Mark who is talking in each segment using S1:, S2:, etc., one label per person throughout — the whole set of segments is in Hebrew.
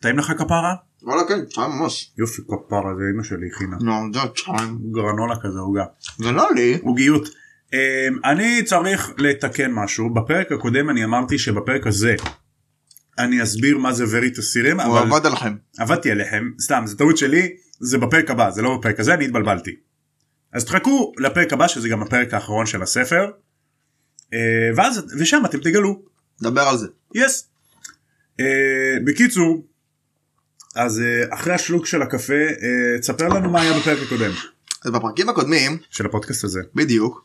S1: טעים לך כפרה?
S2: וואלה כן, טעים ממש.
S1: יופי כפרה זה אמא שלי הכינה.
S2: לא, זה טעים.
S1: גרנולה כזה עוגה.
S2: זה לא לי.
S1: עוגיות. אמ, אני צריך לתקן משהו בפרק הקודם אני אמרתי שבפרק הזה אני אסביר מה זה וריטסירם
S2: הוא
S1: אבל
S2: עבד עליכם.
S1: עבדתי עליכם סתם זה טעות שלי זה בפרק הבא זה לא בפרק הזה אני התבלבלתי. אז תחכו לפרק הבא שזה גם הפרק האחרון של הספר אה, ואז ושם אתם תגלו
S2: דבר על זה.
S1: יס. אה, בקיצור אז אה, אחרי השלוק של הקפה אה, תספר לנו מה היה בפרק הקודם
S2: אז בפרקים הקודמים,
S1: של הפודקאסט הזה.
S2: בדיוק,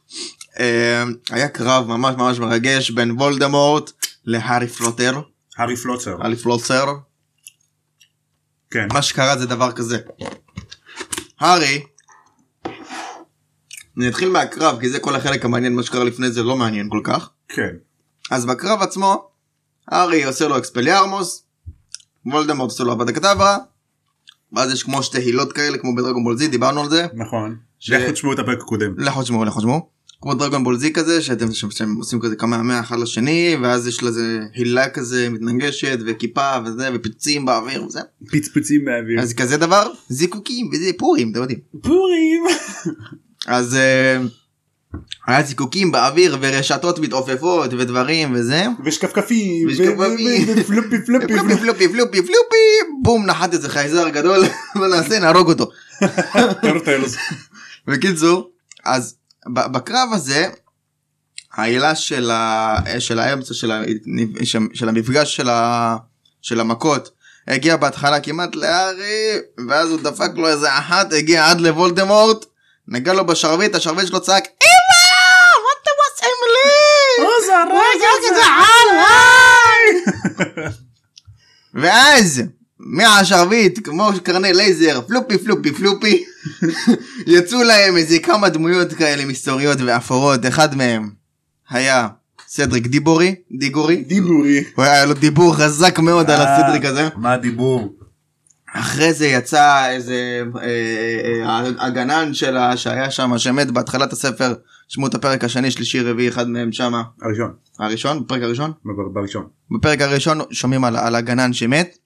S2: אה, היה קרב ממש ממש מרגש בין וולדמורט להארי פלוטר.
S1: הארי פלוצר.
S2: הארי פלוצר.
S1: כן.
S2: מה שקרה זה דבר כזה. הארי. נתחיל מהקרב כי זה כל החלק המעניין מה שקרה לפני זה לא מעניין כל כך.
S1: כן.
S2: אז בקרב עצמו, הארי עושה לו אקספליארמוס, וולדמורט עושה לו עבד הכתבה, ואז יש כמו שתי הילות כאלה, כמו בדרגון בול זי, דיברנו על זה.
S1: נכון.
S2: ש-
S1: לכו תשמעו את הפרק הקודם.
S2: לכו תשמעו, לכו תשמעו. כמו דרגון בול זי כזה, שאתם ש- שהם עושים כזה כמה ימי אחד לשני, ואז יש לזה הילה כזה מתנגשת, וכיפה וזה, ופיצים באוויר וזה.
S1: פצפצים באוויר.
S2: אז כזה דבר, זיקוקים וזה פורים, אתם יודעים.
S1: פורים.
S2: אז אה, היה זיקוקים באוויר, ורשתות מתעופפות, ודברים וזה.
S1: ושכפכפים.
S2: ושכפכפים.
S1: ו- ו- ופלופי פלופי
S2: פלופי
S1: פלופי.
S2: פלופי פלופי פלופי בום נחת איזה חייזר גדול מה נעשה נהרוג אותו
S1: טרטלס.
S2: בקיצור אז ב- בקרב הזה העילה של, ה... של האמצע של, ה... של המפגש של, ה... של המכות הגיע בהתחלה כמעט לארי ואז הוא דפק לו איזה אחת הגיע עד לוולדמורט נגע לו בשרביט השרביט שלו צעק אמא מה אתם עושים לי
S1: רוזה
S2: רגע, זה עליי! ואז מהשרביט כמו קרני לייזר פלופי פלופי פלופי יצאו להם איזה כמה דמויות כאלה מסתוריות ואפורות אחד מהם היה סדריק דיבורי דיגורי
S1: דיבורי. אה,
S2: הוא היה לו דיבור חזק מאוד על הסדריק הזה
S1: מה הדיבור?
S2: אחרי זה יצא איזה אה, אה, אה, הגנן שלה שהיה שם שמת בהתחלת הספר שמעו את הפרק השני שלישי רביעי אחד מהם שמה
S1: הראשון.
S2: הראשון בפרק הראשון
S1: ב- בראשון.
S2: בפרק הראשון שומעים על, על הגנן שמת.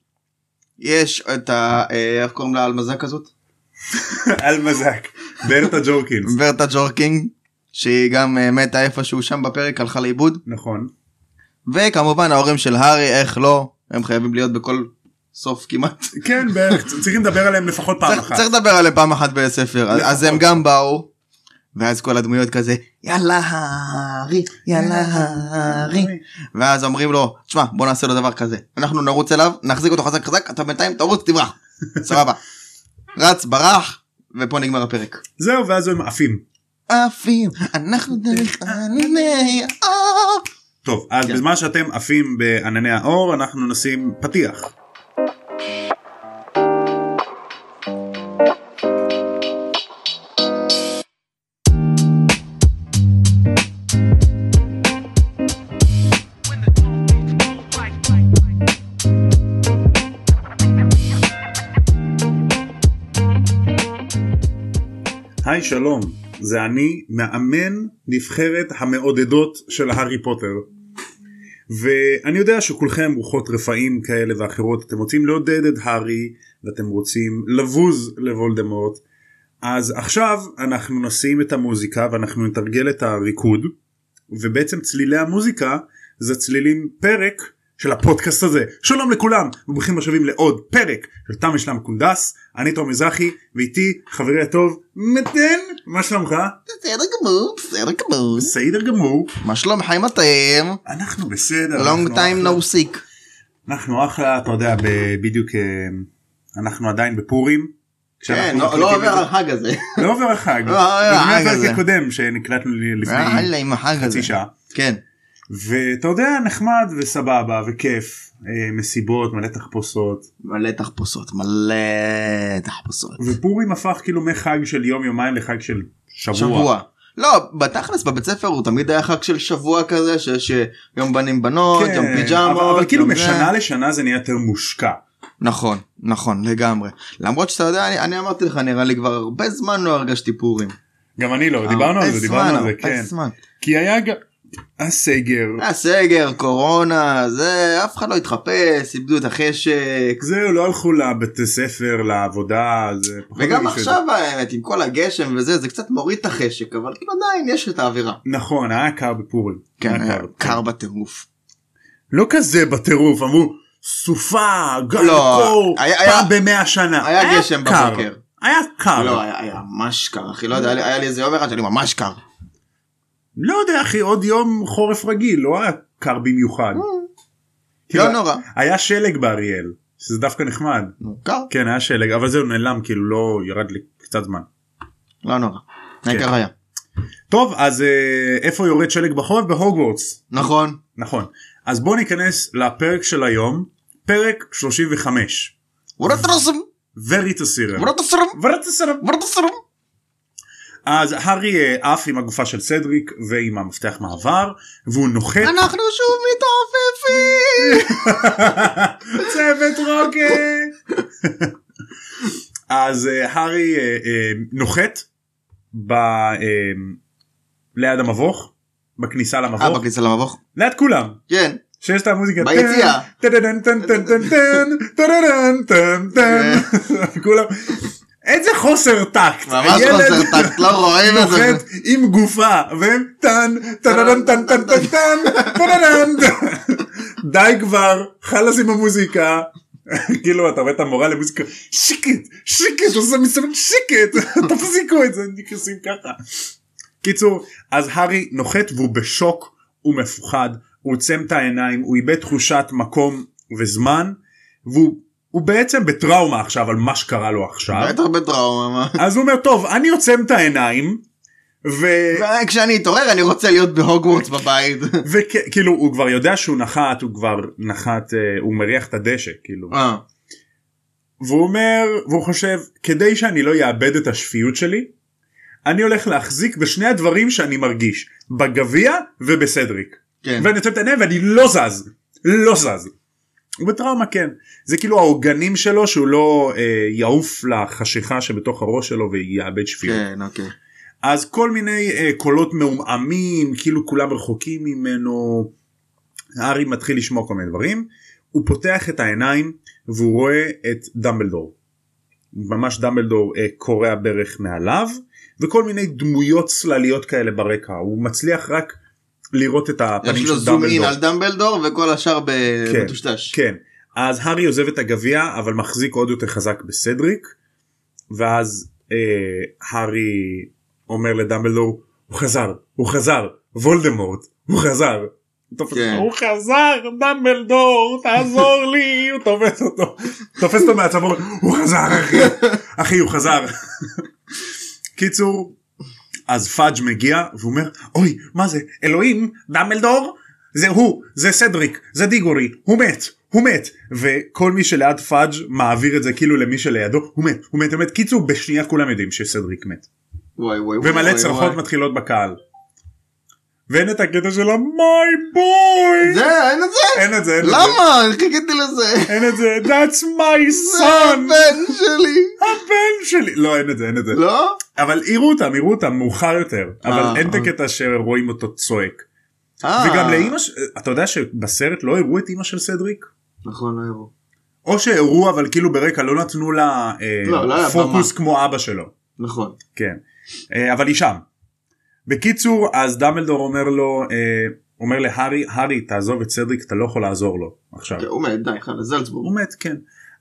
S2: יש את ה... אה, איך קוראים לה אלמזק הזאת?
S1: על מזק. ברטה ג'ורקינס.
S2: ורטה ג'ורקינג שהיא גם אה, מתה איפשהו שם בפרק הלכה לאיבוד
S1: נכון.
S2: וכמובן ההורים של הארי איך לא הם חייבים להיות בכל סוף כמעט
S1: כן בערך צ- צריכים לדבר עליהם לפחות פעם
S2: צריך,
S1: אחת. לא,
S2: צריך לדבר עליהם פעם אחת בספר אז, אז הם
S1: לפחות.
S2: גם באו ואז כל הדמויות כזה יאללה הארי יאללה הארי ואז אומרים לו תשמע בוא נעשה לו דבר כזה אנחנו נרוץ אליו נחזיק אותו חזק חזק אתה בינתיים תרוץ תברח סבבה רץ ברח ופה נגמר הפרק.
S1: זהו ואז הם עפים.
S2: עפים אנחנו דרך ענני האור.
S1: טוב אז
S2: כן.
S1: בזמן שאתם עפים בענני האור אנחנו נשים פתיח. היי שלום, זה אני, מאמן נבחרת המעודדות של הארי פוטר. ואני יודע שכולכם רוחות רפאים כאלה ואחרות, אתם רוצים לעודד את הארי ואתם רוצים לבוז לוולדמורט. אז עכשיו אנחנו נשים את המוזיקה ואנחנו נתרגל את הריקוד, ובעצם צלילי המוזיקה זה צלילים פרק של הפודקאסט הזה. שלום לכולם, וברוכים השבים לעוד פרק של תם ישלם קונדס, אני תום מזרחי, ואיתי חברי הטוב מתן, מה שלומך?
S2: בסדר גמור בסדר גמור
S1: בסדר גמור,
S2: מה שלום חיים אתם?
S1: אנחנו בסדר.
S2: long
S1: לא, אנחנו
S2: time
S1: אחלה.
S2: no sick.
S1: אנחנו אחלה, אתה יודע, ב- בדיוק אה, אנחנו עדיין בפורים.
S2: כן,
S1: כשאנחנו
S2: לא לא
S1: מקליטים
S2: עובר
S1: את זה-
S2: החג הזה.
S1: לא עובר החג.
S2: לא עובר
S1: לפני
S2: החג הזה.
S1: הפרק הקודם שנקלטנו לפני
S2: יאללה עם החג הזה.
S1: חצי שעה.
S2: כן.
S1: ואתה יודע נחמד וסבבה וכיף אה, מסיבות מלא תחפושות
S2: מלא תחפושות מלא תחפושות.
S1: ופורים הפך כאילו מחג של יום יומיים לחג של שבוע.
S2: שבוע. לא, בתכלס בבית ספר הוא תמיד היה חג של שבוע כזה שיש אה, יום בנים בנות,
S1: כן,
S2: יום פיג'מות.
S1: אבל, אבל כאילו
S2: יום זה.
S1: משנה לשנה זה נהיה יותר מושקע.
S2: נכון, נכון לגמרי. למרות שאתה יודע, אני, אני אמרתי לך נראה לי כבר הרבה זמן לא הרגשתי פורים.
S1: גם אני לא, דיברנו על
S2: הרבה
S1: זה, דיברנו
S2: זמן, אה,
S1: על זה,
S2: הרבה
S1: כן.
S2: זמן.
S1: כי היה גם, הסגר.
S2: הסגר, קורונה, זה, אף אחד לא התחפש, איבדו את החשק.
S1: זהו, לא הלכו לבית הספר, לעבודה, זה פחות
S2: וגם
S1: מרגיש את זה.
S2: עכשיו האמת, עם כל הגשם וזה, זה קצת מוריד את החשק, אבל כאילו עדיין יש את האווירה.
S1: נכון, היה קר בפורים.
S2: כן,
S1: היה
S2: היה קר בטירוף.
S1: לא כזה בטירוף, אמרו, סופה, גל
S2: לא,
S1: קור,
S2: היה-
S1: פעם
S2: היה-
S1: במאה שנה.
S2: היה גשם
S1: קר.
S2: בבוקר.
S1: היה קר.
S2: לא, היה היה ממש קר, אחי, לא יודע, היה לי- היה לי איזה יום אחד שהיה לי ממש קר.
S1: לא יודע אחי, עוד יום חורף רגיל, לא היה קר במיוחד. כאילו,
S2: אה. לא נורא.
S1: היה שלג באריאל, שזה דווקא נחמד.
S2: נו, קר,
S1: כן, היה שלג, אבל זהו, נעלם, כאילו לא ירד לי קצת זמן.
S2: לא נורא.
S1: כן.
S2: העיקר היה.
S1: טוב, אז אה, איפה יורד שלג בחורף? בהוגוורטס.
S2: נכון.
S1: נכון. אז בואו ניכנס לפרק של היום, פרק 35.
S2: וורטרסם,
S1: וריטסירם.
S2: וורטרסם,
S1: וריטסירם.
S2: וורטרסם.
S1: אז הארי אה, עף עם הגופה של סדריק ועם המפתח מעבר והוא נוחת
S2: אנחנו שוב מתעופפים.
S1: צוות רוקה אז אה, הארי אה, אה, נוחת ב, אה, ליד המבוך בכניסה
S2: אה,
S1: למבוך
S2: בכניסה למבוך?
S1: ליד כולם
S2: כן.
S1: שיש את המוזיקה
S2: ביציאה.
S1: טן, טן, טן, טן, טן, טן, טן, טן, טן. כולם איזה חוסר טקט
S2: ממש
S1: הילד-
S2: חוסר טקט, לא רואים את זה.
S1: נוחת עם גופה והם טן טן טן טן טן טן טן די כבר חלאס עם המוזיקה כאילו אתה רואה את המורה למוזיקה שקט שקט עושה מסביב שקט תפסיקו את זה נכנסים ככה. קיצור אז הארי נוחת והוא בשוק הוא מפוחד הוא עוצם את העיניים הוא איבד תחושת מקום וזמן והוא הוא בעצם בטראומה עכשיו על מה שקרה לו עכשיו.
S2: בטח בטראומה. מה?
S1: אז הוא אומר טוב אני עוצם את העיניים וכאילו
S2: אה, כשאני אתעורר אני רוצה להיות בהוגוורטס בבית.
S1: ו- וכ- כאילו, הוא כבר יודע שהוא נחת הוא כבר נחת אה, הוא מריח את הדשא כאילו
S2: אה,
S1: והוא אומר והוא חושב כדי שאני לא אאבד את השפיות שלי אני הולך להחזיק בשני הדברים שאני מרגיש בגביע ובסדריק
S2: כן.
S1: ואני עוצם את העיניים ואני לא זז לא זז. הוא בטראומה כן זה כאילו העוגנים שלו שהוא לא אה, יעוף לחשיכה שבתוך הראש שלו ויאבד שפיות.
S2: כן, אוקיי.
S1: אז כל מיני אה, קולות מעומעמים כאילו כולם רחוקים ממנו. הארי מתחיל לשמוע כל מיני דברים הוא פותח את העיניים והוא רואה את דמבלדור. ממש דמבלדור אה, קורע ברך מעליו וכל מיני דמויות צלליות כאלה ברקע הוא מצליח רק לראות את הפנים
S2: יש
S1: של
S2: לו זום אין
S1: דמבלדור.
S2: על דמבלדור וכל השאר ב-
S1: כן.
S2: מטושטש.
S1: כן אז הארי עוזב את הגביע אבל מחזיק עוד יותר חזק בסדריק ואז אה, הארי אומר לדמבלדור הוא חזר הוא חזר וולדמורט הוא חזר. תופס
S2: כן.
S1: אותו, הוא חזר דמבלדור תעזור לי הוא תופס אותו תופס אותו מהצוואר הוא אומר, הוא חזר אחי אחי הוא חזר. קיצור אז פאג' מגיע והוא אומר אוי מה זה אלוהים דמבלדור זה הוא זה סדריק זה דיגורי הוא מת הוא מת וכל מי שליד פאג' מעביר את זה כאילו למי שלידו הוא מת הוא מת הוא מת קיצור בשנייה כולם יודעים שסדריק מת
S2: וואי וואי וואי.
S1: ומלא
S2: וואי,
S1: צרחות
S2: וואי.
S1: מתחילות בקהל. ואין את הקטע של ה-my boy
S2: זה, אין את זה?
S1: אין את זה אין את זה
S2: למה? חיכיתי לזה.
S1: אין את זה that's my
S2: זה
S1: son
S2: הבן שלי.
S1: הבן שלי לא אין את זה אין את זה
S2: לא?
S1: אבל יראו אותם יראו אותם מאוחר יותר אבל
S2: אה,
S1: אין את
S2: אה.
S1: הקטע שרואים אותו צועק
S2: אה.
S1: וגם לאימא ש... אתה יודע שבסרט לא הראו את אימא של סדריק
S2: נכון, לא יראו.
S1: או שהראו אבל כאילו ברקע לא נתנו לה אה,
S2: לא, לא היה
S1: פוקוס כמו אבא שלו
S2: נכון.
S1: כן אה, אבל היא שם. בקיצור אז דמבלדור אומר לו אה, אומר להארי הארי תעזוב את סדריק אתה לא יכול לעזור לו עכשיו.
S2: כן, הוא מת, די, חלאס, זלצבורג.
S1: הוא מת כן.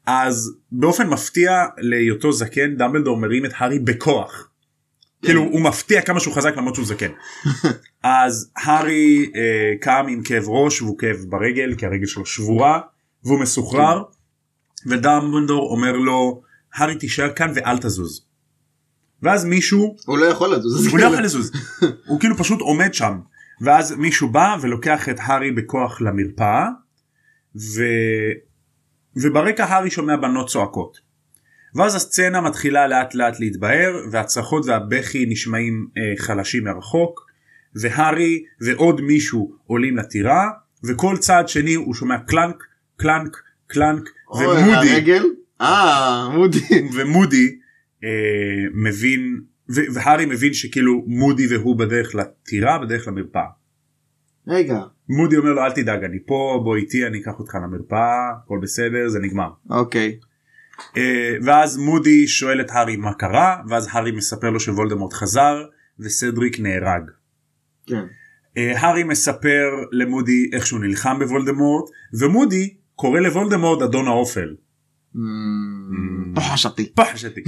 S1: אז באופן מפתיע להיותו זקן דמבלדור מרים את הארי בכוח. כאילו הוא מפתיע כמה שהוא חזק למרות שהוא זקן. אז הארי אה, קם עם כאב ראש והוא כאב ברגל כי הרגל שלו שבורה והוא מסוחרר ודמבלדור אומר לו הארי תישאר כאן ואל תזוז. ואז מישהו
S2: הוא לא יכול לזוז. אז
S1: הוא לא
S2: כאילו-
S1: יכול לזוז הוא כאילו פשוט עומד שם ואז מישהו בא ולוקח את הארי בכוח למרפאה ו... וברקע הארי שומע בנות צועקות. ואז הסצנה מתחילה לאט לאט להתבהר והצרחות והבכי נשמעים אה, חלשים מרחוק והארי ועוד מישהו עולים לטירה וכל צעד שני הוא שומע קלנק קלנק קלנק
S2: אוי,
S1: ומודי
S2: הרגל? אה, מודי.
S1: ומודי אה, מבין ו- והארי מבין שכאילו מודי והוא בדרך לטירה בדרך למרפאה.
S2: רגע,
S1: מודי אומר לו אל תדאג אני פה בוא איתי אני אקח אותך למרפאה הכל בסדר זה נגמר.
S2: אוקיי.
S1: אה, ואז מודי שואל את הארי מה קרה ואז הארי מספר לו שוולדמורט חזר וסדריק נהרג.
S2: כן.
S1: אה, הארי מספר למודי איך שהוא נלחם בוולדמורט ומודי קורא לוולדמורט אדון האופל. Mm.
S2: אמ, פה חשבתי.
S1: פח שתי.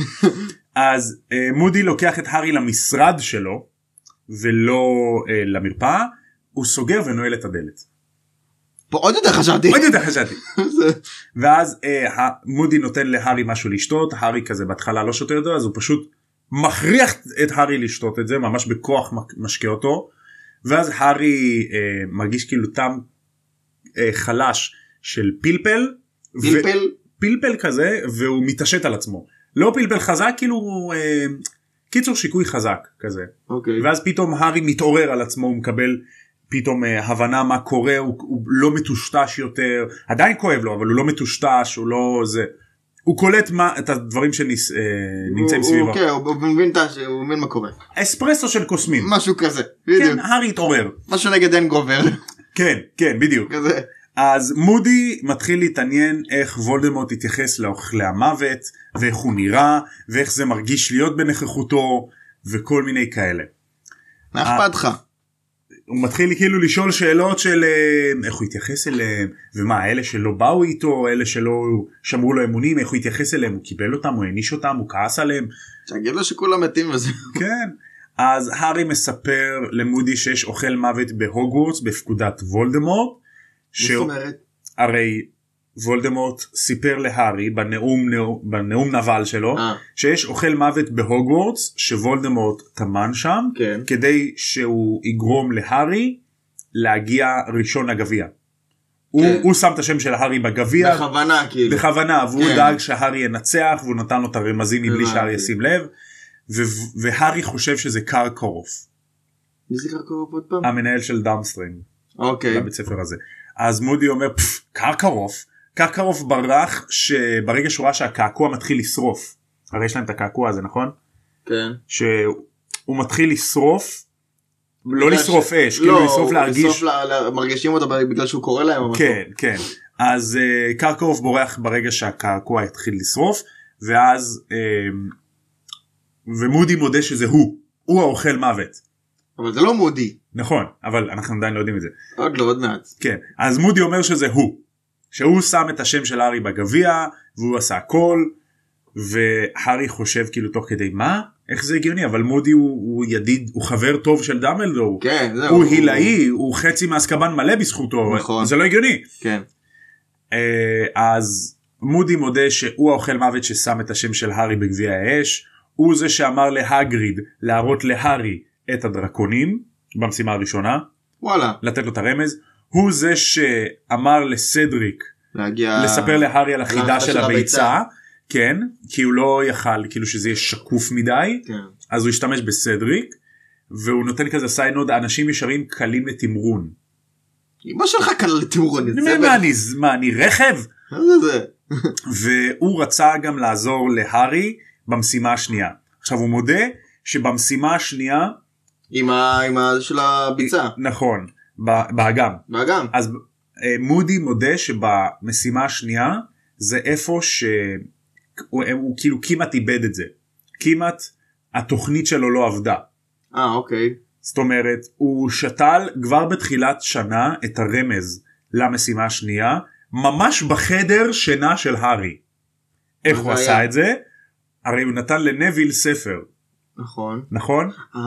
S1: אז אה, מודי לוקח את הארי למשרד שלו ולא אה, למרפאה הוא סוגר ונועל את הדלת.
S2: פה עוד יותר חשבתי.
S1: עוד יותר חשבתי.
S2: זה-
S1: ואז אה, ה- מודי נותן להארי משהו לשתות הארי כזה בהתחלה לא שותה אותו אז הוא פשוט מכריח את הארי לשתות את זה ממש בכוח מק- משקה אותו ואז הארי אה, מרגיש כאילו טעם אה, חלש של פלפל ו-
S2: פלפל.
S1: פלפל כזה והוא מתעשת על עצמו לא פלפל חזק כאילו אה, קיצור שיקוי חזק כזה
S2: אוקיי.
S1: ואז פתאום הארי מתעורר על עצמו הוא מקבל פתאום אה, הבנה מה קורה הוא, הוא לא מטושטש יותר עדיין כואב לו אבל הוא לא מטושטש הוא לא זה הוא קולט מה את הדברים שנמצאים
S2: הוא-
S1: סביבו
S2: הוא- כן, הוא הוא מבין את ה- הוא מבין מה קורה.
S1: אספרסו של קוסמים
S2: משהו כזה.
S1: כן
S2: בדיוק.
S1: הארי התעורר
S2: משהו נגד אין גובר.
S1: כן כן בדיוק
S2: כזה.
S1: אז מודי מתחיל להתעניין איך וולדמורט התייחס לאוכלי המוות ואיך הוא נראה ואיך זה מרגיש להיות בנוכחותו וכל מיני כאלה.
S2: מה
S1: אה.
S2: אכפת לך?
S1: הוא מתחיל כאילו לשאול שאלות של אה, איך הוא התייחס אליהם ומה אלה שלא באו איתו אלה שלא שמרו לו אמונים איך הוא התייחס אליהם הוא קיבל אותם הוא העניש אותם הוא כעס עליהם
S2: תגיד לו שכולם מתים וזה.
S1: כן אז הארי מספר למודי שיש אוכל מוות בהוגוורטס בפקודת וולדמורט.
S2: מה זאת אומרת?
S1: הרי וולדמורט סיפר להארי בנאום, נאום- בנאום נבל שלו
S2: אה,
S1: שיש אוכל מוות בהוגוורטס שוולדמורט טמן שם
S2: כן.
S1: כדי שהוא יגרום להארי להגיע ראשון לגביע. הוא, הוא שם את השם של הארי בגביע
S2: כן. בכוונה כאילו.
S1: בכוונה והוא
S2: כן.
S1: דאג שהארי ינצח והוא נתן לו את הרמזים מבלי
S2: הבנתי.
S1: שהארי ישים לב ו- והארי חושב שזה קרקורוף
S2: מי זה קרקורוף עוד פעם?
S1: המנהל של דאמסטרינג
S2: אוקיי.
S1: לבית ספר הזה. אז מודי אומר "פפ, קרקרוף קרקרוף ברח שברגע שהוא ראה שהקעקוע מתחיל לשרוף הרי יש להם את הקעקוע הזה נכון
S2: כן.
S1: שהוא מתחיל לשרוף לא
S2: בגלל
S1: לשרוף
S2: ש-
S1: אש
S2: לא,
S1: כאילו לשרוף
S2: הוא-
S1: להרגיש
S2: לשרוף לה- לה- מרגישים אותו בגלל שהוא קורא להם. או משהו.
S1: כן כן אז אה, קרקרוף בורח ברגע שהקעקוע התחיל לשרוף ואז אה, ומודי מודה שזה הוא הוא האוכל מוות
S2: אבל זה לא מודי.
S1: נכון אבל אנחנו עדיין לא יודעים את זה
S2: עוד לא, עוד מעט.
S1: כן, אז מודי אומר שזה הוא, שהוא שם את השם של הארי בגביע והוא עשה הכל והארי חושב כאילו תוך כדי מה? איך זה הגיוני? אבל מודי הוא, הוא ידיד, הוא חבר טוב של דמבלדור,
S2: כן, זהו.
S1: הוא הילאי, הוא חצי מאסקבן מלא בזכותו,
S2: נכון.
S1: זה לא הגיוני.
S2: כן.
S1: אה, אז מודי מודה שהוא האוכל מוות ששם את השם של הארי בגביע האש, הוא זה שאמר להגריד להראות להארי את הדרקונים במשימה הראשונה.
S2: וואלה.
S1: לתת לו את הרמז הוא זה שאמר לסדריק
S2: להגיע...
S1: לספר להארי על החידה
S2: החידה
S1: של
S2: אה. של
S1: הביצה
S2: הביצה.
S1: כן כי הוא לא יכל כאילו שזה יהיה שקוף מדי
S2: כן.
S1: אז הוא השתמש בסדריק והוא נותן כזה סיינוד אנשים ישרים קלים לתמרון.
S2: אמא שלך כאן לתמרון. יא
S1: מה,
S2: זבל.
S1: מה אני מה אני רכב
S2: מה זה זה?
S1: והוא רצה גם לעזור להארי במשימה השנייה עכשיו הוא מודה שבמשימה השנייה
S2: עם ה... עם ה... של הביצה.
S1: נכון ב- באגם
S2: באגם.
S1: אז אה, מודי מודה שבמשימה השנייה זה איפה שהוא הוא, הוא כאילו כמעט איבד את זה. כמעט התוכנית שלו לא עבדה.
S2: אה, אוקיי.
S1: זאת אומרת הוא שתל כבר בתחילת שנה את הרמז למשימה השנייה ממש בחדר שינה של הארי. איך
S2: מה
S1: הוא
S2: זה
S1: עשה
S2: היה?
S1: את זה? הרי הוא נתן לנביל ספר
S2: נכון.
S1: נכון?
S2: אה,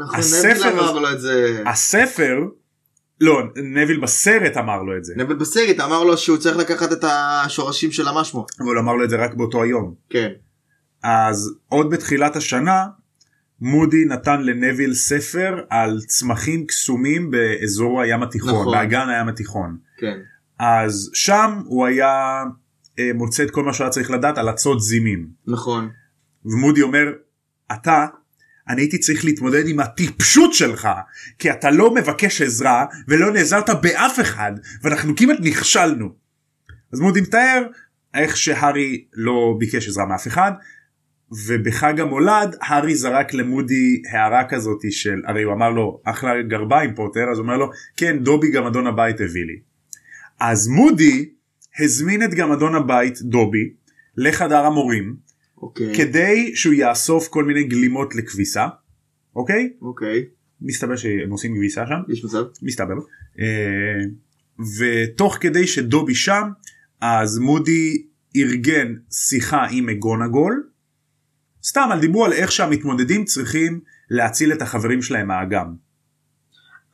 S2: נכון.
S1: הספר
S2: נביל אמר
S1: הזה-
S2: לו את זה.
S1: הספר לא נביל בסרט אמר לו את זה
S2: נבל בסרט אמר לו שהוא צריך לקחת את השורשים של המשמו.
S1: אבל הוא אמר לו את זה רק באותו היום.
S2: כן.
S1: אז עוד בתחילת השנה מודי נתן לנביל ספר על צמחים קסומים באזור הים התיכון, נכון.
S2: נכון.
S1: באגן הים התיכון.
S2: כן.
S1: אז שם הוא היה אה, מוצא את כל מה שהיה צריך לדעת על אצות זימים.
S2: נכון.
S1: ומודי אומר, אתה, אני הייתי צריך להתמודד עם הטיפשות שלך, כי אתה לא מבקש עזרה ולא נעזרת באף אחד, ואנחנו כמעט נכשלנו. אז מודי מתאר איך שהארי לא ביקש עזרה מאף אחד, ובחג המולד הארי זרק למודי הערה כזאת של הרי הוא אמר לו אחלה גרביים פוטר אז הוא אומר לו כן דובי גם אדון הבית הביא לי. אז מודי הזמין את גם אדון הבית דובי לחדר המורים
S2: אוקיי.
S1: כדי שהוא יאסוף כל מיני גלימות לכביסה אוקיי
S2: אוקיי.
S1: מסתבר שהם עושים כביסה שם
S2: יש מצב?
S1: מסתבר. אה, ותוך כדי שדובי שם אז מודי ארגן שיחה עם מגונגול. סתם על דיברו על איך שהמתמודדים צריכים להציל את החברים שלהם מהאגם.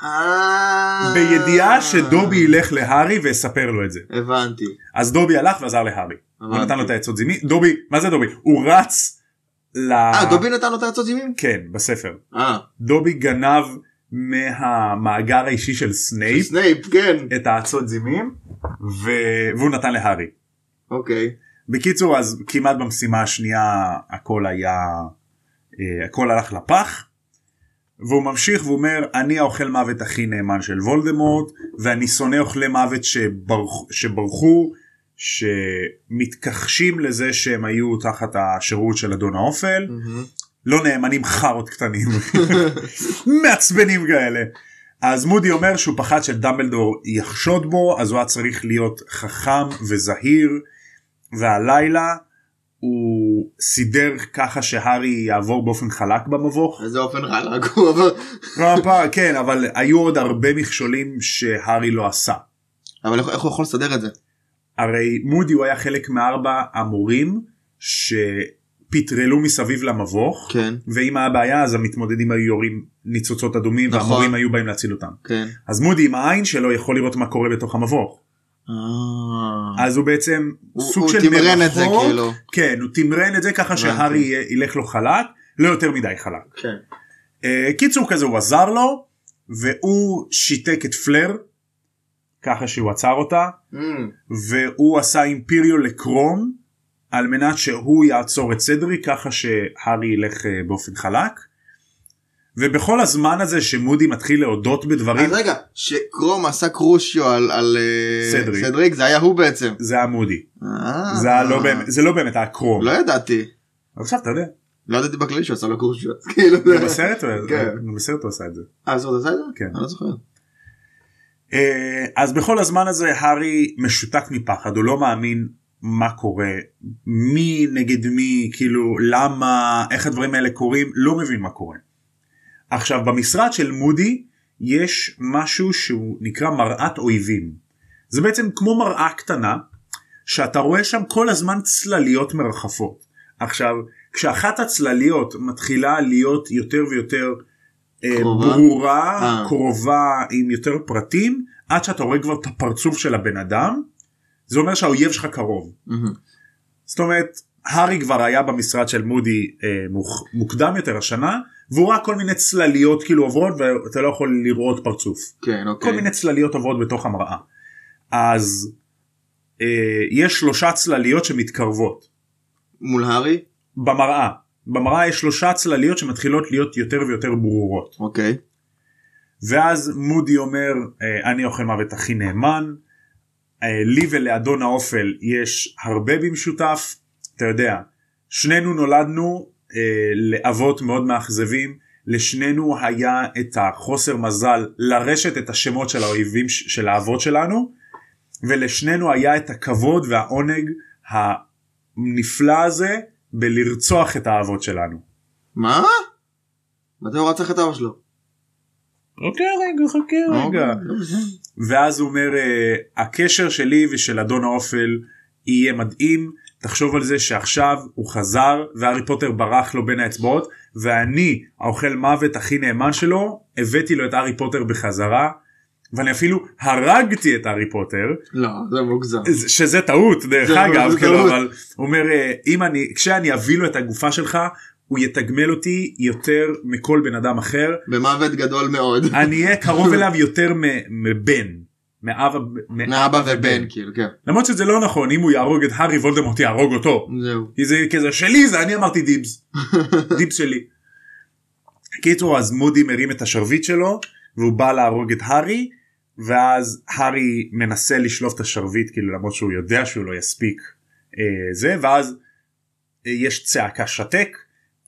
S2: אה...
S1: בידיעה שדובי ילך להארי ויספר לו את זה.
S2: הבנתי.
S1: אז דובי הלך ועזר להארי. הוא
S2: הבנתי.
S1: נתן לו את העצות זימי. דובי, מה זה דובי? הוא רץ ל...
S2: אה, דובי נתן לו את העצות ימים?
S1: כן, בספר.
S2: אה.
S1: דובי גנב מהמאגר האישי של סנייפ
S2: סנייפ, כן.
S1: את האצות זימים ו... והוא נתן להארי.
S2: אוקיי.
S1: בקיצור אז כמעט במשימה השנייה הכל היה אה, הכל הלך לפח. והוא ממשיך ואומר אני האוכל מוות הכי נאמן של וולדמורט ואני שונא אוכלי מוות שברח, שברחו שמתכחשים לזה שהם היו תחת השירות של אדון האופל
S2: מהמם.
S1: לא נאמנים חארות קטנים מעצבנים כאלה. אז מודי אומר שהוא פחד שדמבלדור יחשוד בו אז הוא היה צריך להיות חכם וזהיר והלילה הוא סידר ככה שהארי יעבור באופן חלק במבוך.
S2: איזה אופן חלק הוא עבר.
S1: לא, הפעם- כן אבל היו עוד הרבה מכשולים שהארי לא עשה.
S2: אבל איך איך הוא יכול לסדר את זה?
S1: הרי מודי הוא היה חלק מארבע המורים שפטרלו מסביב למבוך
S2: כן.
S1: ואם היה בעיה אז המתמודדים היו יורים ניצוצות אדומים
S2: נכון.
S1: והמורים היו באים להציל אותם.
S2: כן.
S1: אז מודי עם העין שלו יכול לראות מה קורה בתוך המבוך.
S2: אה...
S1: אז הוא בעצם
S2: הוא
S1: סוג
S2: הוא
S1: של
S2: תמרן את זה
S1: מרחוק.
S2: כאילו.
S1: כן הוא תמרן את זה ככה שהארי יהיה- ילך לו חלק לא יותר מדי חלק.
S2: כן.
S1: אה, קיצור כזה הוא עזר לו והוא שיתק את פלר ככה שהוא עצר אותה והוא עשה אימפיריו לקרום על מנת שהוא יעצור את סדרי ככה שהארי ילך אה, באופן חלק. ובכל הזמן הזה שמודי מתחיל להודות בדברים
S2: Hmm. אז רגע, שקרום עשה קרושיו על- על אה,
S1: סדריק.
S2: סדריק, זה היה הוא בעצם.
S1: זה היה מודי
S2: אה.
S1: זה היה לא באמת זה לא באמת היה קרום
S2: לא ידעתי.
S1: עכשיו אתה יודע
S2: לא ידעתי בכללי שהוא עשה לו קרושיו. אז כאילו.
S1: גם בסרט הוא-
S2: כן.
S1: גם בסרט הוא עשה את זה.
S2: אה, בסדר, עשה את זה?
S1: כן.
S2: אני לא זוכר.
S1: אה, אז בכל הזמן הזה הארי משותק מפחד הוא לא מאמין מה קורה מי נגד מי כאילו למה איך הדברים האלה קורים לא מבין מה קורה. עכשיו במשרד של מודי יש משהו שהוא נקרא מראת אויבים זה בעצם כמו מראה קטנה שאתה רואה שם כל הזמן צלליות מרחפות עכשיו כשאחת הצלליות מתחילה להיות יותר ויותר אה,
S2: קרובה?
S1: ברורה
S2: אה.
S1: קרובה עם יותר פרטים עד שאתה רואה כבר את הפרצוף של הבן אדם זה אומר שהאויב שלך קרוב
S2: מהמם.
S1: זאת אומרת הארי כבר היה במשרד של מודי אה, מוכ- מוקדם יותר השנה והוא ראה כל מיני צלליות כאילו עוברות ואתה לא יכול לראות פרצוף
S2: כן, אוקיי.
S1: כל מיני צלליות עוברות בתוך המראה אז אה, יש שלושה צלליות שמתקרבות
S2: מול הארי?
S1: במראה במראה יש שלושה צלליות שמתחילות להיות יותר ויותר ברורות.
S2: אוקיי.
S1: ואז מודי אומר "אה, אני אוכל מוות הכי נאמן אה, לי ולאדון האופל יש הרבה במשותף אתה יודע שנינו נולדנו אה, לאבות מאוד מאכזבים לשנינו היה את החוסר מזל לרשת את השמות של האויבים ש- של האבות שלנו ולשנינו היה את הכבוד והעונג הנפלא הזה בלרצוח את האבות שלנו.
S2: מה? מתי הוא רצח את אבא שלו? אוקיי.
S1: אוקיי רגע חכה רגע. ואז הוא אומר אה, הקשר שלי ושל אדון האופל יהיה מדהים תחשוב על זה שעכשיו הוא חזר והארי פוטר ברח לו בין האצבעות ואני האוכל מוות הכי נאמן שלו הבאתי לו את הארי פוטר בחזרה ואני אפילו הרגתי את הארי פוטר
S2: לא, זה מוגזם.
S1: שזה טעות דרך
S2: זה-
S1: אגב
S2: זה
S1: כאילו
S2: טעות.
S1: אבל הוא אומר אה, אם אני כשאני אביא לו את הגופה שלך הוא יתגמל אותי יותר מכל בן אדם אחר
S2: במוות גדול מאוד.
S1: אני אהיה קרוב אליו יותר מ- מבן מאב מאב
S2: מאבא ובן, כאילו, כן.
S1: למרות שזה לא נכון אם הוא יהרוג את הארי וולדמורט יהרוג אותו
S2: זהו.
S1: כי זה כזה שלי זה אני אמרתי דיבס דיבס שלי. קיצור אז מודי מרים את השרביט שלו והוא בא להרוג את הארי ואז הארי מנסה לשלוף את השרביט כאילו למרות שהוא יודע שהוא לא יספיק אה, זה ואז אה, יש צעקה שתק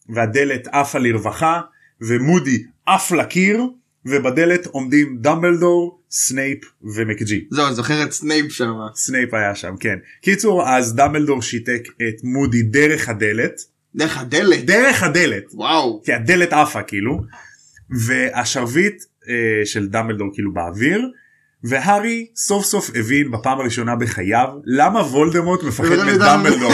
S1: והדלת עפה לרווחה ומודי עף לקיר ובדלת עומדים דמבלדור, סנייפ ומקג'י.
S2: זהו, אני זוכר את סנייפ שם.
S1: סנייפ היה שם כן קיצור אז דמבלדור שיתק את מודי דרך הדלת
S2: דרך הדלת.
S1: דרך הדלת
S2: וואו.
S1: כי הדלת עפה כאילו והשרביט אה, של דמבלדור כאילו באוויר והארי סוף סוף הבין בפעם הראשונה בחייו למה וולדמורט מפחד
S2: מפחד
S1: מדמבלדור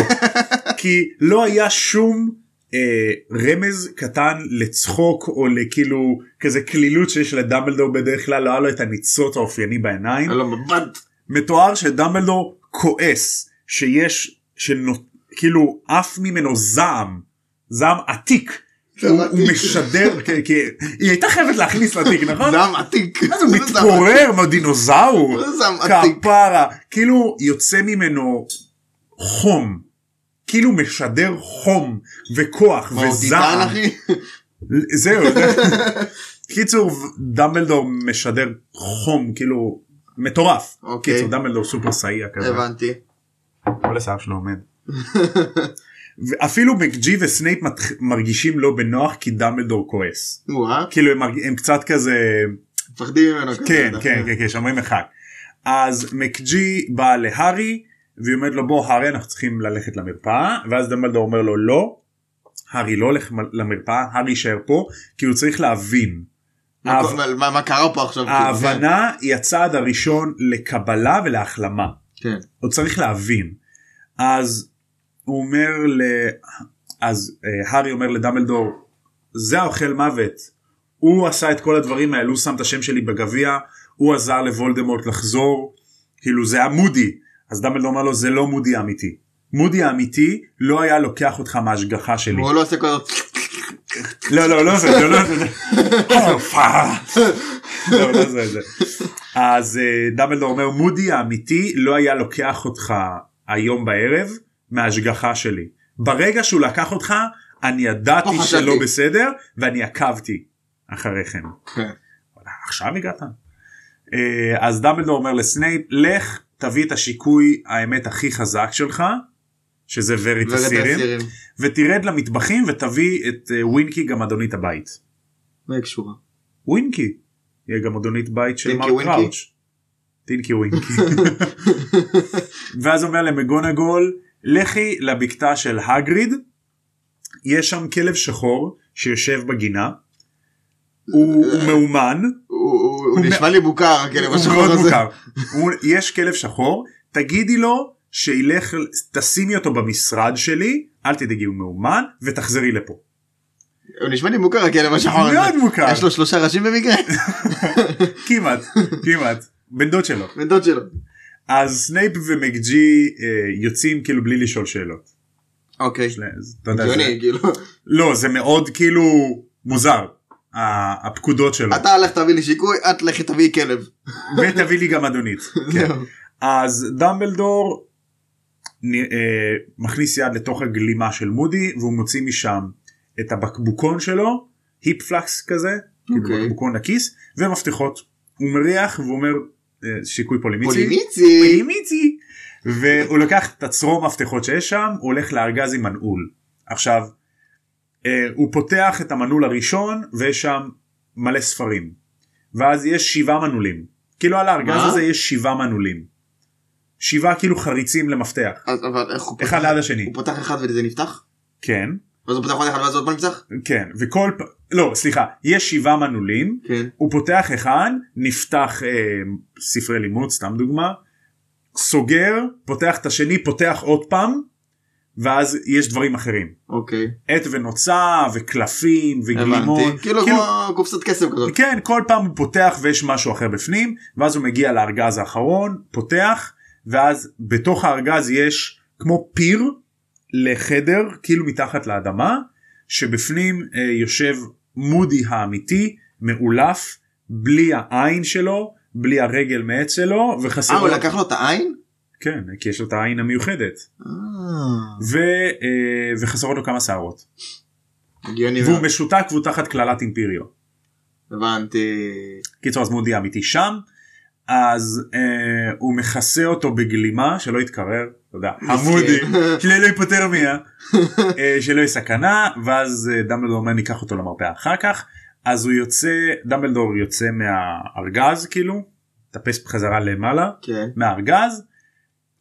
S1: כי לא היה שום אה, רמז קטן לצחוק או לכאילו כזה קלילות שיש לדמבלדור בדרך כלל לא היה לו את הניצוץ האופייני בעיניים
S2: היה לו מבט.
S1: מתואר שדמבלדור כועס שיש שנו- כאילו עף ממנו זעם זעם עתיק.
S2: זעם
S1: הוא, הוא
S2: עתיק.
S1: משדר כי, כי היא הייתה חייבת להכניס לתיק נכון?
S2: זעם עתיק.
S1: אז הוא מתפורר כמו דינוזאור
S2: זעם עתיק.
S1: כפרה כאילו יוצא ממנו חום כאילו משדר חום וכוח
S2: מה, הוא
S1: וזעם כן.
S2: טיטן, אחי?
S1: זהו. קיצור דמבלדור משדר חום כאילו מטורף.
S2: אוקיי.
S1: קיצור דמבלדור סופר סאייה כזה.
S2: הבנתי.
S1: כל השיער שלו עומד. ואפילו מקג'י וסנייפ מת- מרגישים לא בנוח כי דמבלדור כועס.
S2: וואה.
S1: כאילו הם, מרג... הם קצת כזה
S2: מפחדים ממנו. כזה,
S1: כן
S2: אתה
S1: כן
S2: יודע.
S1: כן כן שומרים אחד. אז מקג'י בא להארי והיא אומרת לו בוא הארי אנחנו צריכים ללכת למרפאה ואז דמבלדור אומר לו לא. הארי לא הולך מ- למרפאה הארי יישאר פה כי הוא צריך להבין.
S2: מה
S1: ההב-
S2: קורה- מה- מה קרה פה עכשיו? כאילו,
S1: ההבנה היא הצעד הראשון לקבלה ולהחלמה.
S2: כן.
S1: הוא צריך להבין. אז הוא אומר ל... אז אה, הארי אומר לדמבלדור זה האוכל מוות. הוא עשה את כל הדברים האלו, הוא שם את השם שלי בגביע, הוא עזר לוולדמורט לחזור, כאילו זה היה מודי. אז דמבלדור אומר לו זה לא מודי האמיתי. מודי האמיתי לא היה לוקח אותך מההשגחה שלי.
S2: הוא לא עושה כל זאת.
S1: לא לא לא זה לא לא זה. לא, פרה. לא, לא זה זה. אז אה, דמבלדור אומר מודי האמיתי לא היה לוקח אותך היום בערב מההשגחה שלי. ברגע שהוא לקח אותך אני ידעתי
S2: לא חשבתי.
S1: שלא בסדר ואני עקבתי אחריכם.
S2: כן.
S1: עכשיו הגעת. אה, אז דמבלדור אומר לסנייפ לך תביא את השיקוי האמת הכי חזק שלך שזה וריטי
S2: ורד
S1: סירים
S2: האסירים.
S1: ותרד למטבחים ותביא את אה, ווינקי גם אדונית הבית.
S2: מה היא קשורה?
S1: ווינקי. היא גם אדונית בית של
S2: טינקי
S1: מרק
S2: ווינקי?
S1: קראוץ'. טינקי ווינקי. ואז אומר למגונגול לכי לבקתה של הגריד. יש שם כלב שחור שיושב בגינה. הוא הוא מאומן.
S2: הוא- הוא הוא
S1: הוא
S2: נשמע לי מוכר, כן, הכלב
S1: הוא
S2: אה, השחור
S1: מאוד
S2: הזה.
S1: מוכר. הוא- יש כלב שחור תגידי לו שילך תשימי אותו במשרד שלי אל תדאגי הוא מאומן ותחזרי לפה.
S2: הוא נשמע לי מוכר, הכלב השחור הזה.
S1: מאוד מוכר.
S2: יש לו שלושה ראשים במקרה?
S1: כמעט כמעט בן דוד שלו.
S2: בן דוד שלו.
S1: אז סנייפ ומקג'י אה, יוצאים כאילו בלי לשאול שאלות.
S2: אוקיי.
S1: יש להם- אז אתה יודע, זה-
S2: הגיוני, כאילו.
S1: לא זה מאוד כאילו מוזר ה- הפקודות שלו
S2: אתה הלך תביא לי שיקוי, את לכי תביאי כלב.
S1: ותביא לי גם אדונית. כן.
S2: זהו.
S1: אז דמבלדור נ- אה, מכניס יד לתוך הגלימה של מודי והוא מוציא משם את הבקבוקון שלו היפ פלקס כזה כאילו
S2: אוקיי.
S1: בקבוקון לכיס ומפתחות הוא מריח ואומר אה, שיקוי פולימיצי.
S2: פולימיצי.
S1: מיצי. והוא לקח את הצרור מפתחות שיש שם הוא הולך לארגז עם מנעול. עכשיו אה, הוא פותח את המנעול הראשון ויש שם מלא ספרים. ואז יש שבעה מנעולים. כאילו על הארגז
S2: מה?
S1: הזה יש שבעה מנעולים. שבעה כאילו חריצים למפתח.
S2: אז אבל איך הוא פותח?
S1: אחד ליד השני.
S2: הוא פותח אחד וזה נפתח?
S1: כן.
S2: ואז הוא פותח עוד אחד ואז עוד פעם נפתח?
S1: כן. וכל פ... לא סליחה יש שבעה מנעולים.
S2: כן.
S1: הוא פותח אחד נפתח אה, ספרי לימוד סתם דוגמה סוגר פותח את השני פותח עוד פעם ואז יש דברים אחרים
S2: אוקיי.
S1: עט ונוצה וקלפים וגלימון
S2: הבנתי. כאילו כמו קופסת כסף כזאת.
S1: כן כל פעם הוא פותח ויש משהו אחר בפנים ואז הוא מגיע לארגז האחרון פותח ואז בתוך הארגז יש כמו פיר לחדר כאילו מתחת לאדמה שבפנים אה, יושב מודי האמיתי מאולף בלי העין שלו בלי הרגל מעץ שלו וחסר
S2: אה, הוא
S1: לו-
S2: לקח לו את העין?
S1: כן כי יש לו את העין המיוחדת
S2: אה,
S1: ו, אה, וחסרות לו כמה שערות
S2: הגיוני
S1: והוא
S2: מאוד.
S1: משותק והוא תחת קללת אימפיריו.
S2: הבנתי.
S1: קיצור אז מודי האמיתי שם אז אה, הוא מכסה אותו בגלימה שלא יתקרר תודה. חמודי, שלא לא ייפטר מיה, אה, שלא יהיה סכנה, ואז אה, דמבלדור אומר ניקח אותו למרפאה אחר כך, אז הוא יוצא, דמבלדור יוצא מהארגז כאילו, טפס חזרה למעלה,
S2: כן.
S1: מהארגז,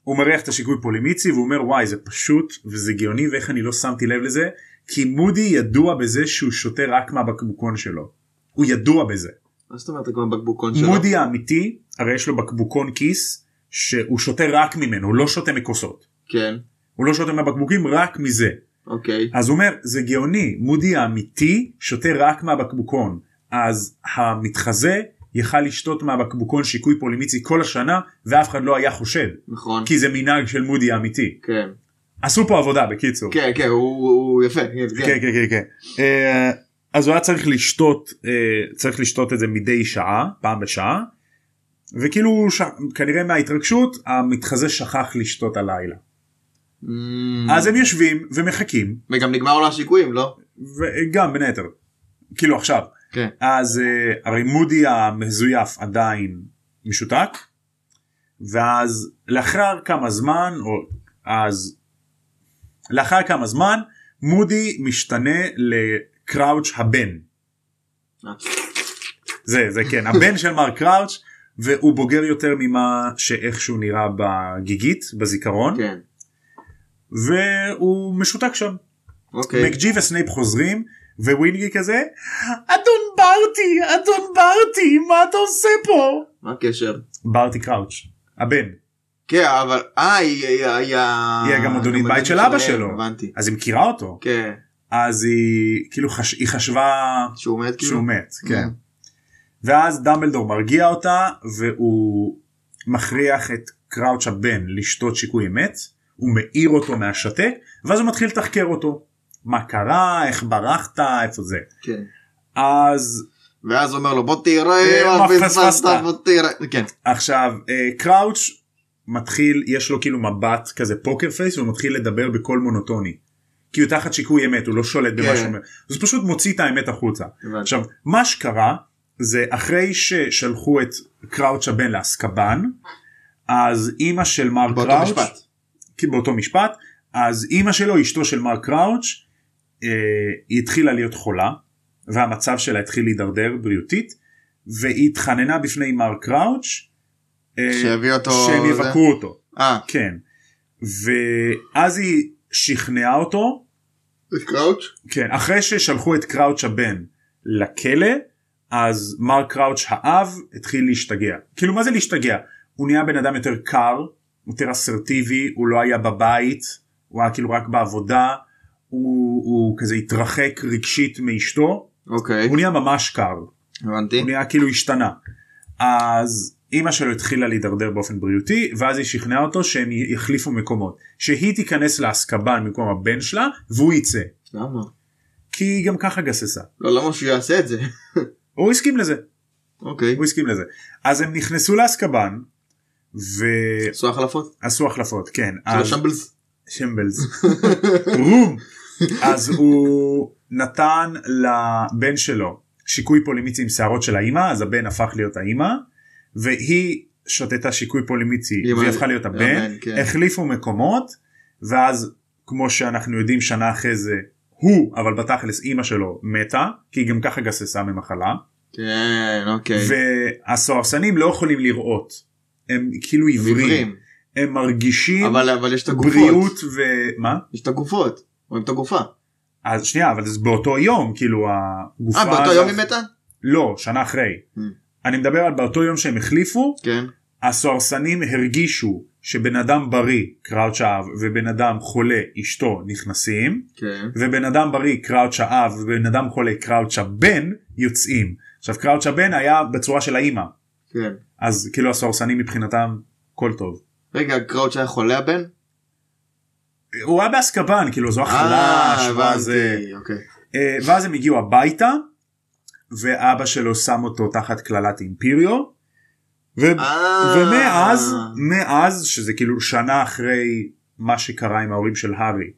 S1: הוא מריח את השיקוי פולימיצי והוא אומר וואי זה פשוט וזה גאוני ואיך אני לא שמתי לב לזה כי מודי ידוע בזה שהוא שותה רק מהבקבוקון שלו. הוא ידוע בזה.
S2: מה זאת אומרת כמו בקבוקון שלו?
S1: מודי האמיתי הרי יש לו בקבוקון כיס שהוא שותה רק ממנו הוא לא שותה מכוסות.
S2: כן.
S1: הוא לא שותה מהבקבוקים רק מזה.
S2: אוקיי.
S1: אז הוא אומר זה גאוני מודי האמיתי שותה רק מהבקבוקון אז המתחזה יכל לשתות מהבקבוקון שיקוי פולימיצי כל השנה ואף אחד לא היה חושד.
S2: נכון.
S1: כי זה מנהג של מודי האמיתי.
S2: כן.
S1: עשו פה עבודה בקיצור.
S2: כן כן הוא הוא יפה. כן.
S1: כן כן כן. כן. אה, אז הוא היה צריך לשתות אה, צריך לשתות את זה מדי שעה פעם בשעה. וכאילו ש... כנראה מההתרגשות המתחזה שכח לשתות הלילה.
S2: Mm.
S1: אז אה? הם יושבים ומחכים
S2: וגם נגמר לו השיקויים לא?
S1: וגם בין היתר. כאילו עכשיו.
S2: כן.
S1: אז אה, הרי מודי המזויף עדיין משותק ואז לאחר כמה זמן או אז לאחר כמה זמן מודי משתנה לקראוץ' הבן
S2: אה.
S1: זה זה כן הבן של מר קראוץ' והוא בוגר יותר ממה שאיך שהוא נראה בגיגית בזיכרון
S2: כן.
S1: והוא משותק שם.
S2: אוקיי.
S1: מקג'י וסנייפ חוזרים ווינגי כזה אדון ברטי אדון ברטי מה אתה עושה פה
S2: מה הקשר?
S1: ברטי קראוץ' הבן
S2: כן אבל אה היא היא- היא ה-
S1: היא גם אדונית בית של אבא שלו.
S2: הבנתי.
S1: אז היא מכירה אותו
S2: כן.
S1: אז היא כאילו חש... היא חשבה
S2: שהוא מת כאילו?
S1: שהוא מת כן
S2: Mm.
S1: ואז דמבלדור מרגיע אותה והוא מכריח את קראוץ' הבן לשתות שיקוי מת הוא מאיר אותו מהשתק ואז הוא מתחיל לתחקר אותו מה קרה איך ברחת איפה זה
S2: כן.
S1: אז
S2: ואז אומר לו בוא תראה
S1: אה,
S2: מה
S1: מה
S2: פספסת
S1: פספסת?"
S2: בוא תראה. כן.
S1: עכשיו אה, קראוץ' מתחיל יש לו כאילו מבט כזה פוקר פייס והוא מתחיל לדבר בקול מונוטוני. כי הוא תחת שיקוי אמת הוא לא שולט במה
S2: כן.
S1: שהוא אומר. אז הוא פשוט מוציא את האמת החוצה.
S2: הבנתי.
S1: עכשיו מה שקרה זה אחרי ששלחו את קראוץ' הבן לאסקבן אז אימא של מר
S2: באותו
S1: קראוץ'
S2: משפט.
S1: כי באותו משפט אז אימא שלו אשתו של מר קראוץ' אה, היא התחילה להיות חולה והמצב שלה התחיל להידרדר בריאותית והיא התחננה בפני מר קראוץ' אה,
S2: שיביא אותו.
S1: שהם
S2: זה.
S1: יבקרו אותו
S2: אה.
S1: כן ואז היא שכנעה אותו
S2: קראוץ'?
S1: כן אחרי ששלחו את קראוץ' הבן לכלא אז מר קראוץ' האב התחיל להשתגע כאילו מה זה להשתגע הוא נהיה בן אדם יותר קר יותר אסרטיבי הוא לא היה בבית הוא היה כאילו רק בעבודה הוא, הוא כזה התרחק רגשית מאשתו
S2: אוקיי.
S1: הוא נהיה ממש קר
S2: הבנתי.
S1: הוא נהיה כאילו השתנה. אז אימא שלו התחילה להידרדר באופן בריאותי ואז היא שכנעה אותו שהם יחליפו מקומות שהיא תיכנס לאסקבן במקום הבן שלה והוא יצא
S2: למה?
S1: כי היא גם ככה גססה.
S2: לא למה שהוא יעשה את זה?
S1: הוא הסכים לזה
S2: אוקיי.
S1: הוא הסכים לזה אז הם נכנסו לאסקבן ועשו
S2: עשו החלפות?
S1: החלפות כן
S2: של
S1: אז
S2: השמבלס?
S1: שמבלס רום אז הוא נתן לבן שלו שיקוי פולימיצי עם שערות של האימא אז הבן הפך להיות האימא והיא שתתה שיקוי פולימיצי
S2: אימא-
S1: והיא הפכה להיות הבן
S2: הבן, כן.
S1: החליפו מקומות ואז כמו שאנחנו יודעים שנה אחרי זה הוא אבל בתכלס אימא שלו מתה כי היא גם ככה גססה ממחלה
S2: כן אוקיי.
S1: והסוהרסנים לא יכולים לראות הם כאילו עיוורים
S2: עיוורים.
S1: הם מרגישים
S2: אבל אבל יש את הגופות.
S1: בריאות ומה.
S2: יש את הגופות. רואים את הגופה.
S1: אז שנייה אבל זה באותו יום כאילו הגופה
S2: אה באותו
S1: הזאת-
S2: יום היא מתה?
S1: לא שנה אחרי
S2: Mm.
S1: אני מדבר על באותו יום שהם החליפו
S2: כן.
S1: הסוהרסנים הרגישו שבן אדם בריא קראוץ' האב ובן אדם חולה אשתו נכנסים
S2: כן.
S1: ובן אדם בריא קראוץ' האב ובן אדם חולה קראוץ' הבן יוצאים עכשיו קראוץ' הבן היה בצורה של האימא
S2: כן.
S1: אז כאילו הסוהרסנים מבחינתם הכל טוב.
S2: רגע קראוץ' היה חולה הבן?
S1: הוא היה באסקבן כאילו זו
S2: אה,
S1: החלש מה זה
S2: הבנתי, אוקיי.
S1: אה, ואז הם הגיעו הביתה ואבא שלו שם אותו תחת קללת אימפיריו. ו-
S2: אה.
S1: ומאז מאז שזה כאילו שנה אחרי מה שקרה עם ההורים של הארי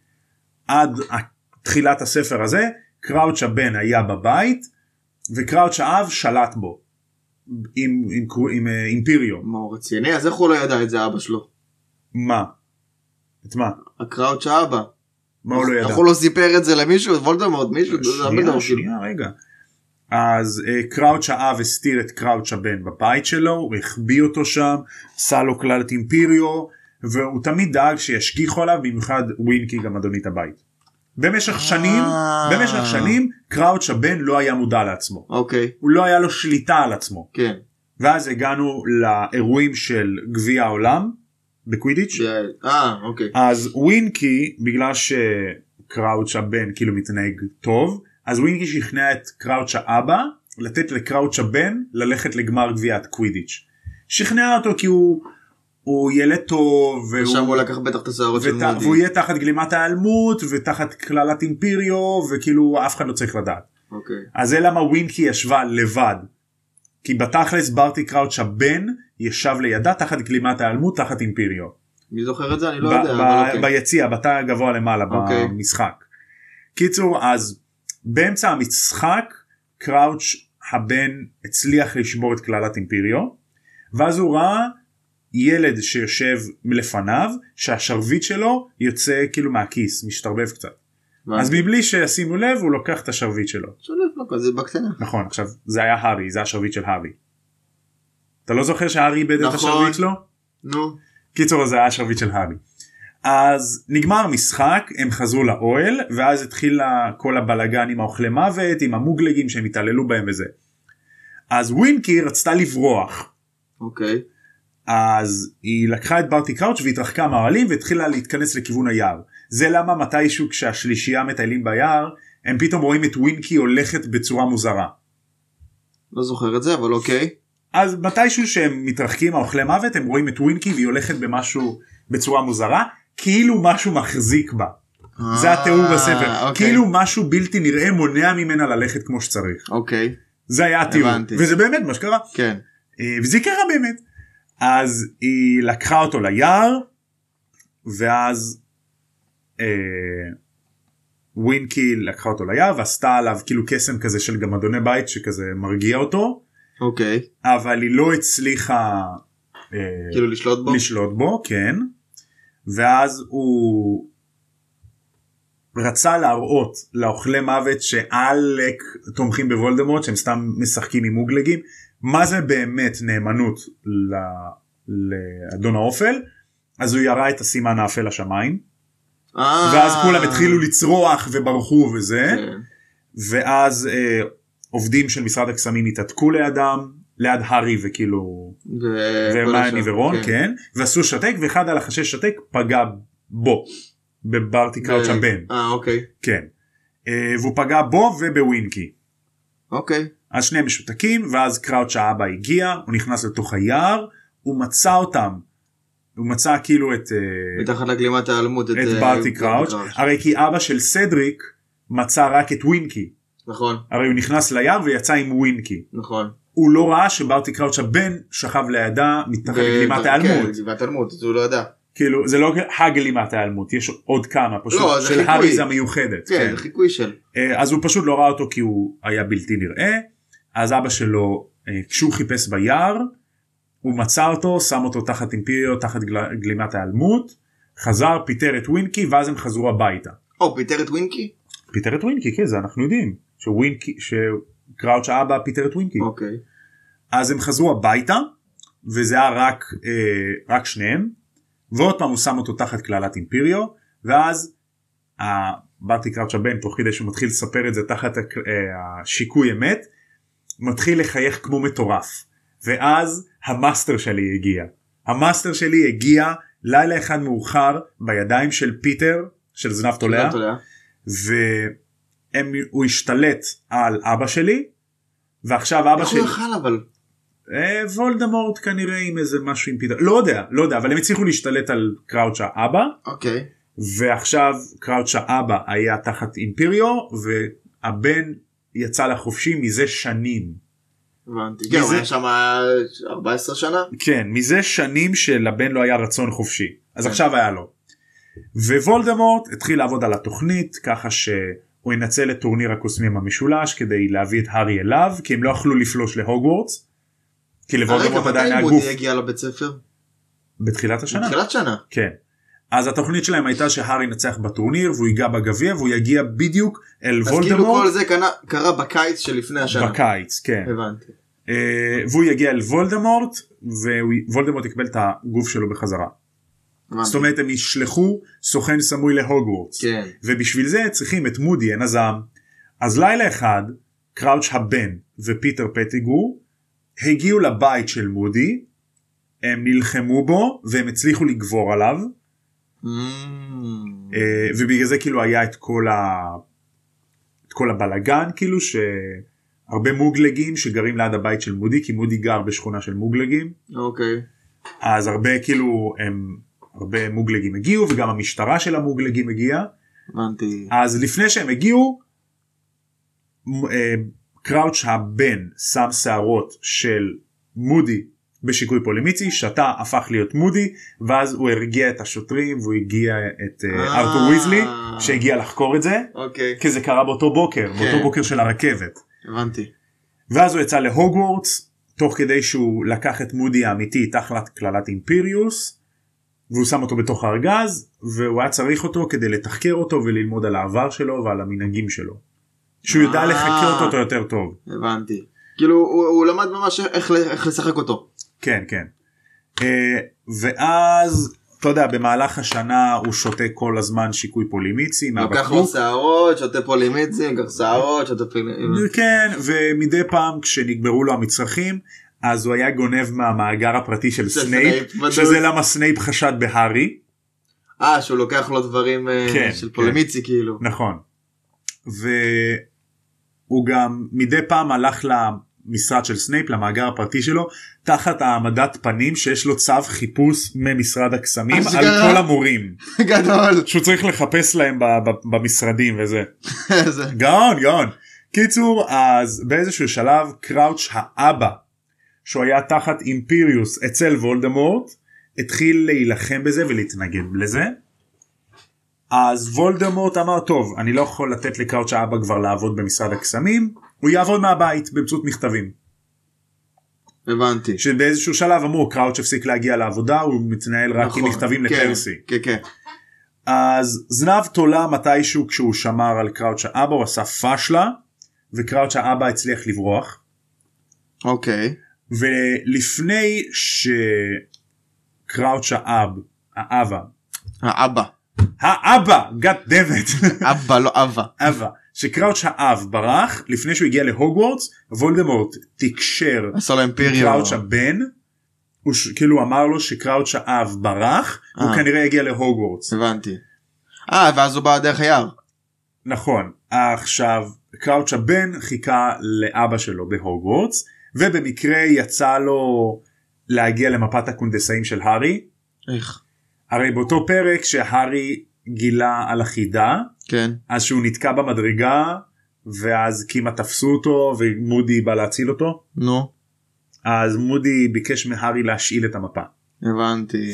S1: עד ה- תחילת הספר הזה קראוץ' הבן היה בבית וקראוץ' האב שלט בו עם, עם, קרו- עם אה, אימפיריו
S2: מה הוא רציני? אז איך הוא לא ידע את זה אבא שלו?
S1: מה את מה?
S2: הקראוט שאבא.
S1: מה הוא לא ידע?
S2: הוא לא סיפר את זה למישהו, וולדמורט, מישהו,
S1: שנייה, שנייה, רגע. אז אה, קראוץ' האב הסתיר את קראוץ' הבן בבית שלו, הוא החביא אותו שם, עשה לו כלל את אימפיריו, והוא תמיד דאג שישגיחו עליו, במיוחד ווינקי גם אדונית הבית. במשך שנים,
S2: אה.
S1: במשך שנים, קראוץ' הבן לא היה מודע לעצמו.
S2: אוקיי,
S1: הוא לא היה לו שליטה על עצמו.
S2: כן.
S1: ואז הגענו לאירועים של גביע העולם, בקווידיץ',
S2: אה, אוקיי.
S1: אז ווינקי בגלל שקראוץ' הבן כאילו מתנהג טוב אז ווינקי שכנע את קראוץ' האבא לתת לקראוץ' הבן ללכת לגמר גביעת קווידיץ'. שכנע אותו כי הוא, הוא ילד טוב
S2: עכשיו
S1: והוא,
S2: הוא לקח בטח את הסערות של
S1: ות, והוא
S2: מודי.
S1: יהיה תחת גלימת ההיעלמות ותחת קללת אימפיריו וכאילו אף אחד לא צריך לדעת.
S2: אוקיי.
S1: אז זה למה ווינקי ישבה לבד. כי בתכלס ברטי קראוץ' הבן ישב לידה תחת גלימת ההיעלמות תחת אימפיריו.
S2: מי זוכר את זה? אני לא
S1: ב-
S2: יודע,
S1: ב-
S2: אבל אוקיי.
S1: ביציע בתא הגבוה למעלה
S2: אוקיי.
S1: במשחק. קיצור אז באמצע המשחק קראוץ' הבן הצליח לשבור את קללת אימפיריו ואז הוא ראה ילד שיושב לפניו שהשרביט שלו יוצא כאילו מהכיס משתרבב קצת
S2: מה?
S1: אז מבלי שישימו לב הוא לוקח את השרביט שלו
S2: שולף לו כזה בקטנה.
S1: נכון עכשיו זה היה הארי זה השרביט של הארי. אתה לא זוכר שהארי איבד את
S2: נכון.
S1: השרביט שלו?
S2: נו.
S1: קיצור זה היה השרביט של הארי. אז נגמר המשחק הם חזרו לאוהל ואז התחיל ה- כל הבלגן עם האוכלי מוות עם המוגלגים שהם התעללו בהם וזה. אז ווינקי רצתה לברוח
S2: אוקיי.
S1: אז היא לקחה את ברטי קראוץ' והתרחקה מהאוהלים והתחילה להתכנס לכיוון היער. זה למה מתישהו כשהשלישייה מטיילים ביער הם פתאום רואים את ווינקי הולכת בצורה מוזרה.
S2: לא זוכר את זה, אבל אוקיי.
S1: אז מתישהו שהם מתרחקים האוכלי מוות הם רואים את ווינקי והיא הולכת במשהו בצורה מוזרה כאילו משהו מחזיק בה. זה התיאור
S2: אה,
S1: בספר
S2: אוקיי.
S1: כאילו משהו בלתי נראה מונע ממנה ללכת כמו שצריך
S2: אוקיי.
S1: זה היה התיאור
S2: הבנתי.
S1: וזה באמת מה שקרה
S2: כן.
S1: אה, וזה קרה באמת אז היא לקחה אותו ליער ואז אה, ווינקי לקחה אותו ליער ועשתה עליו כאילו קסם כזה של גמדוני בית שכזה מרגיע אותו
S2: אוקיי.
S1: אבל היא לא הצליחה אה,
S2: כאילו לשלוט בו?
S1: לשלוט בו כן ואז הוא רצה להראות לאוכלי מוות שעלק תומכים בוולדמורט שהם סתם משחקים עם מוגלגים מה זה באמת נאמנות ל... לאדון האופל אז הוא ירה את הסימן האפל לשמיים
S2: אה.
S1: ואז כולם התחילו אה? לצרוח וברחו וזה.
S2: כן.
S1: ואז אה, עובדים של משרד הקסמים התעתקו לידם ליד הארי וכאילו
S2: ו- כל
S1: ומייני
S2: השאר,
S1: ורון כן ועשו שתק ואחד על החשש שתק פגע בו בברטי כן, קראוץ'
S2: ו-
S1: הבן
S2: אה, אוקיי.
S1: כן אה, והוא פגע בו ובווינקי
S2: אוקיי.
S1: אז שניהם משותקים ואז קראוץ' האבא הגיע הוא נכנס לתוך היער הוא מצא אותם הוא מצא כאילו את אה,
S2: מתחת לגלימת ההיעלמות.
S1: את
S2: אה,
S1: ברטי קראוץ' הרי כי אבא של סדריק מצא רק את ווינקי
S2: נכון.
S1: הרי הוא נכנס ליער ויצא עם ווינקי.
S2: נכון.
S1: הוא לא ראה שברטי קראוץ' הבן שכב לידה מתחת לגלימת
S2: כן,
S1: ההיעלמות.
S2: גלימת ההיעלמות, אז הוא לא ידע.
S1: כאילו זה לא הגלימת ההיעלמות יש עוד כמה פשוט
S2: לא, זה
S1: של
S2: חיקוי.
S1: הארי זה המיוחדת.
S2: כן,
S1: כן.
S2: זה חיקוי של.
S1: אה, אז הוא פשוט לא ראה אותו כי הוא היה בלתי נראה אז אבא שלו אה, כשהוא חיפש ביער הוא מצא אותו שם אותו תחת אימפיריו תחת גל- גלימת ההיעלמות חזר פיטר את ווינקי ואז הם חזרו הביתה.
S2: או, פיטר את ווינקי?
S1: פיטר את ווינקי כן זה אנחנו יודעים שווינקי שקראוץ' האבא פיטר את ווינקי.
S2: אוקיי.
S1: אז הם חזרו הביתה וזה היה רק אה, רק שניהם ועוד פעם הוא שם אותו תחת קללת אימפיריו ואז באתי קראוץ' הבן תוך כדי שהוא מתחיל לספר את זה תחת הק- אה, השיקוי אמת מתחיל לחייך כמו מטורף ואז המאסטר שלי הגיע המאסטר שלי הגיע לילה אחד מאוחר בידיים של פיטר של זנב תולע
S2: תולע.
S1: והוא השתלט על אבא שלי ועכשיו אבא
S2: איך הוא
S1: שלי
S2: יאכל אבל?
S1: אה, וולדמורט כנראה עם איזה משהו עם פיטר לא יודע לא יודע אבל הם הצליחו להשתלט על קראוץ' האבא
S2: אוקיי.
S1: ועכשיו קראוץ' האבא היה תחת אימפיריו והבן יצא לחופשי מזה שנים
S2: הבנתי.
S1: מי
S2: כן, הוא
S1: זה?
S2: היה שם 14 שנה?
S1: כן מזה שנים שלבן לא היה רצון חופשי אז
S2: כן.
S1: עכשיו היה לו. ווולדמורט התחיל לעבוד על התוכנית ככה שהוא ינצל את טורניר הקוסמים המשולש כדי להביא את הארי אליו כי הם לא יכלו לפלוש להוגוורטס. כי
S2: הרגע,
S1: לוולדמורט עדיין
S2: אה, מתי
S1: היה גוף
S2: מודי הגיע לבית ספר?
S1: בתחילת השנה
S2: בתחילת שנה.
S1: כן. אז התוכנית שלהם הייתה שהארי ינצח בטורניר והוא ייגע בגביע והוא יגיע בדיוק אל
S2: אז כאילו
S1: וולדמורט
S2: כל זה קנה- קרה בקיץ שלפני השנה.
S1: בקיץ כן
S2: הבנתי.
S1: אה, והוא יגיע אל וולדמורט ווולדמורט יקבל את הגוף שלו בחזרה
S2: הבנתי.
S1: זאת אומרת הם ישלחו סוכן סמוי להוגוורטס
S2: אה, כן.
S1: ובשביל זה צריכים את מודי עין הזעם. אז לילה אחד קראוץ' הבן ופיטר פטיגרו הגיעו לבית של מודי הם נלחמו בו והם הצליחו לגבור עליו
S2: Mm.
S1: אה, ובגלל זה כאילו היה את כל ה... את כל הבלגן כאילו שהרבה מוגלגים שגרים ליד הבית של מודי כי מודי גר בשכונה של מוגלגים
S2: אוקיי.
S1: אז הרבה כאילו הם הרבה מוגלגים הגיעו וגם המשטרה של המוגלגים הגיעה
S2: הבנתי.
S1: אז לפני שהם הגיעו מ- אה, קראוץ' הבן שם שערות של מודי בשיקוי פולימיצי שתה הפך להיות מודי ואז הוא הרגיע את השוטרים והוא הגיע את אה,
S2: אה.
S1: ארתור ויזלי שהגיע לחקור את זה
S2: אוקיי.
S1: כי זה קרה באותו בוקר באותו בוקר של הרכבת
S2: הבנתי.
S1: ואז הוא יצא להוגוורטס תוך כדי שהוא לקח את מודי האמיתי תחת קללת אימפיריוס והוא שם אותו בתוך הארגז והוא היה צריך אותו כדי לתחקר אותו וללמוד על העבר שלו ועל המנהגים שלו. שהוא יודע
S2: אה.
S1: לחקר אותו יותר טוב.
S2: הבנתי. כאילו הוא הוא למד ממש איך ל- איך לשחק אותו.
S1: כן כן. אה, ואז אתה יודע במהלך השנה הוא שותה כל הזמן שיקוי פולימיצי
S2: לוקח לו שערות, שותה פולימיצים, גם שערות, שותה פולימיצים.
S1: כן ומדי פעם כשנגמרו לו המצרכים אז הוא היה גונב מהמאגר הפרטי של
S2: של
S1: סנייפ
S2: סנייפ,
S1: שזה
S2: בדיוק.
S1: למה סנייפ חשד בהארי
S2: אה, שהוא לוקח לו דברים אה,
S1: כן,
S2: של
S1: כן.
S2: פולימיצי כאילו.
S1: נכון והוא גם מדי פעם הלך למשרד של סנייפ למאגר הפרטי שלו תחת העמדת פנים שיש לו צו חיפוש ממשרד הקסמים על
S2: אשכרה.
S1: כל המורים
S2: גדול.
S1: שהוא צריך לחפש להם ב- ב- במשרדים וזה.
S2: זה-
S1: גאון גאון. קיצור אז באיזשהו שלב קראוץ' האבא שהוא היה תחת אימפיריוס אצל וולדמורט התחיל להילחם בזה ולהתנגד לזה. אז וולדמורט אמר טוב אני לא יכול לתת לקראוץ' האבא כבר לעבוד במשרד הקסמים הוא יעבוד מהבית באמצעות מכתבים
S2: הבנתי.
S1: שבאיזשהו שלב אמרו קראוץ' הפסיק להגיע לעבודה הוא מתנהל רק עם
S2: נכון.
S1: מכתבים
S2: כן,
S1: לפרסי.
S2: כן, כן.
S1: אז זנב תולה מתישהו כשהוא שמר על קראוץ' האבא הוא עשה פאשלה וקראוץ' האבא הצליח לברוח
S2: אוקיי.
S1: ולפני שקראוץ' האב האבא
S2: האבא.
S1: האבא גאד דמת
S2: אה, אבא לא אבא.
S1: אבא שקראוץ' האב ברח לפני שהוא הגיע להוגוורטס וולדמורט תקשר
S2: עשה לו אימפיריו.
S1: קראוץ' הבן הוא ש... כאילו אמר לו שקראוץ' האב ברח הוא
S2: אה.
S1: כנראה יגיע להוגוורטס
S2: הבנתי. אה, ואז הוא בא דרך היער.
S1: נכון עכשיו קראוץ' הבן חיכה לאבא שלו בהוגוורטס ובמקרה יצא לו להגיע למפת הקונדסאים של הארי
S2: איך?
S1: הרי באותו פרק שהארי גילה על החידה
S2: כן.
S1: אז שהוא נתקע במדרגה ואז כמעט תפסו אותו ומודי בא להציל אותו
S2: נו.
S1: אז מודי ביקש מהארי להשאיל את המפה
S2: הבנתי.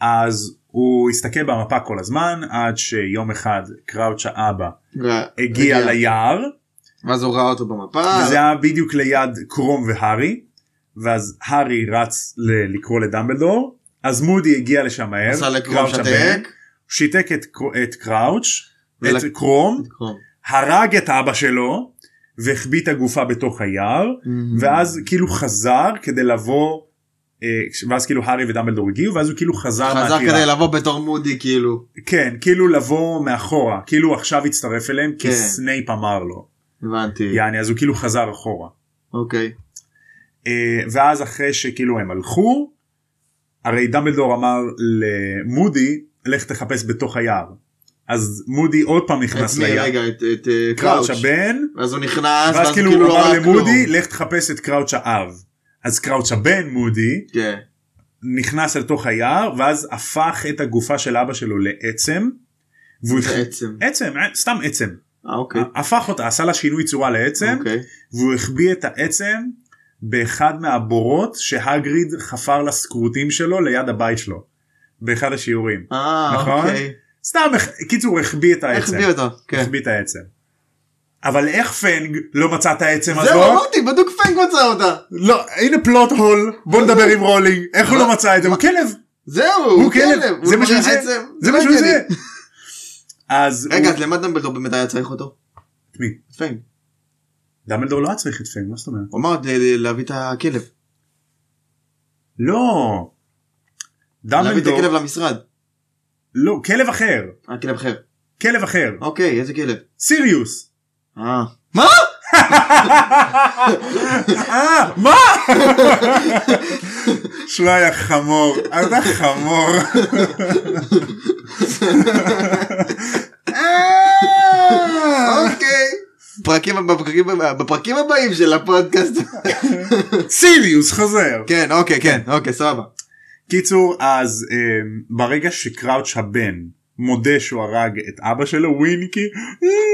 S1: אז הוא הסתכל במפה כל הזמן עד שיום אחד קראוץ' האבא
S2: ו-
S1: הגיע ליער
S2: ואז הוא ראה אותו במפה.
S1: וזה היה בדיוק ליד קרום והארי ואז הארי רץ ל- לקרוא לדמבלדור אז מודי הגיע לשם מהר
S2: עשה לקרום
S1: קראוץ' הבן,
S2: שתק.
S1: שיתק את, קר- את קראוץ'
S2: ול-
S1: את קרום
S2: לקרום.
S1: הרג את אבא שלו והחביא את הגופה בתוך היער ואז כאילו חזר כדי לבוא אה, ואז כאילו הארי ודמבלדור הגיעו ואז הוא כאילו חזר
S2: Mhm. חזר
S1: מהטירה.
S2: כדי לבוא בתור מודי כאילו.
S1: כן כאילו לבוא מאחורה כאילו הוא עכשיו הצטרף אליהם כי
S2: כן.
S1: סנייפ אמר לו
S2: הבנתי.
S1: יעני אז הוא כאילו חזר אחורה.
S2: אוקיי.
S1: אה, ואז אחרי שכאילו הם הלכו הרי דמבלדור אמר למודי לך תחפש בתוך היער אז מודי עוד פעם נכנס
S2: את מי?
S1: ליער
S2: רגע, את- את אה,
S1: קראוץ'
S2: קראוץ'.
S1: הבן
S2: ואז הוא נכנס.
S1: ואז כאילו הוא
S2: לא
S1: אמר
S2: ראה
S1: למודי
S2: כלום.
S1: לך תחפש את קראוץ' האב אז קראוץ' הבן מודי
S2: כן.
S1: נכנס אל תוך היער ואז הפך את הגופה של אבא שלו לעצם. והוא
S2: זה עצם.
S1: עצם סתם עצם
S2: אה, אוקיי.
S1: הפך אותה עשה לה שינוי צורה לעצם
S2: אוקיי.
S1: והוא החביא את העצם באחד מהבורות שהגריד חפר לסקרוטים שלו ליד הבית שלו באחד השיעורים
S2: אה,
S1: נכון?
S2: אוקיי.
S1: סתם הח- קיצור החביא את
S2: איך
S1: העצם
S2: הביא אותו? כן.
S1: החביא את העצם. אבל איך פנג לא מצא את העצם
S2: זהו,
S1: הזאת?
S2: אמרתי, בדוק פנג מצא אותה.
S1: לא הנה פלוט הול בוא נדבר עם רולינג איך הוא לא מצא את זה הוא כלב
S2: זהו, הוא
S1: כלב,
S2: כלב.
S1: זה
S2: הוא
S1: מה שהוא
S2: נורא
S1: זה,
S2: עצם,
S1: זה
S2: לא
S1: מה שהוא
S2: הגיוני.
S1: זה. אז
S2: רגע,
S1: הוא-
S2: אז למה דמבלדור באמת היה צריך אותו?
S1: את מי?
S2: את פיין.
S1: דמבלדור לא היה צריך את פיין, מה זאת אומרת?
S2: הוא אמר אה, להביא את הכלב.
S1: לא.
S2: להביא את
S1: דמבלדור,
S2: הכלב למשרד.
S1: לא, כלב אחר,
S2: אה, כלב אחר.
S1: כלב אחר,
S2: אוקיי, איזה כלב?
S1: סיריוס.
S2: אה. מה?
S1: אה, מה? שמע, יא חמור, אתה חמור. אה,
S2: אוקיי. פרקים- בפרקים- בפרקים הבאים של הפודקאסט.
S1: סיריוס חוזר.
S2: כן, אוקיי, כן, אוקיי, סבבה.
S1: קיצור, אז אה, ברגע שקראוץ' הבן מודה שהוא הרג את אבא שלו, ווינקי,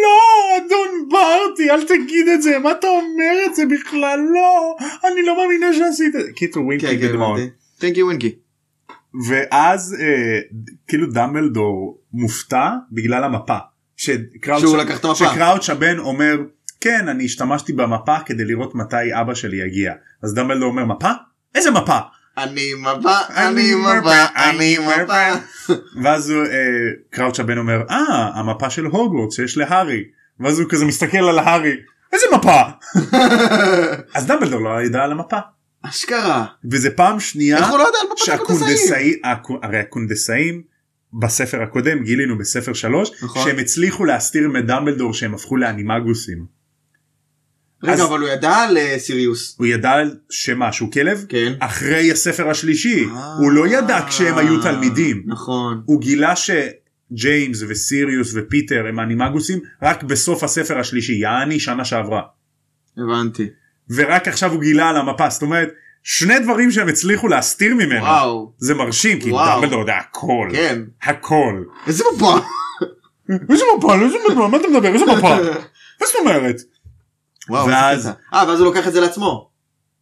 S1: לא, אדון ברטי, אל תגיד את זה, מה אתה אומר את זה בכלל? לא, אני לא מאמינה שעשית את זה. קיצור, ווינקי
S2: כן, כן,
S1: בדמעות.
S2: הבנתי. Thank you, ווינקי.
S1: ואז אה, כאילו דמבלדור מופתע בגלל המפה. שקראוץ'
S2: שהוא לקח את המפה.
S1: שקראוץ' הבן אומר כן אני השתמשתי במפה כדי לראות מתי אבא שלי יגיע אז דמבלדור אומר מפה איזה מפה
S2: אני מבע,
S1: אני
S2: אני מבע,
S1: מבע,
S2: אני
S1: אני
S2: מבע.
S1: ואז הוא, אה, קראוץ' הבן אומר אה המפה של הוגוורטס שיש להארי ואז הוא כזה מסתכל על הארי איזה מפה אז דמבלדור לא ידע על המפה
S2: אשכרה.
S1: וזה פעם שנייה
S2: איך הוא לא יודע על מפת הקונדסאים?
S1: שהקונדסאי, הקו- הרי הקונדסאים בספר הקודם גילינו בספר 3
S2: נכון.
S1: שהם הצליחו להסתיר מדמבלדור שהם הפכו לאנימגוסים.
S2: רגע,
S1: אז-
S2: אבל הוא ידע על אה, סיריוס.
S1: הוא ידע שמה שהוא כלב
S2: כן.
S1: אחרי הספר השלישי
S2: אה.
S1: הוא לא ידע כשהם היו תלמידים
S2: נכון.
S1: הוא גילה שג'יימס וסיריוס ופיטר הם אנימגוסים רק בסוף הספר השלישי יעני שנה שעברה
S2: הבנתי.
S1: ורק עכשיו הוא גילה על המפה זאת אומרת שני דברים שהם הצליחו להסתיר ממנו
S2: וואו.
S1: זה מרשים כי
S2: וואו.
S1: דמבלדור יודע הכל
S2: כן.
S1: הכל.
S2: איזה מפה.
S1: איזה מפה? לא, איזה מפה? מה אתה מדבר? איזה מפה? מה זאת אומרת?
S2: וואו.
S1: ואז-
S2: ואז. אה, ואז הוא לוקח את זה לעצמו.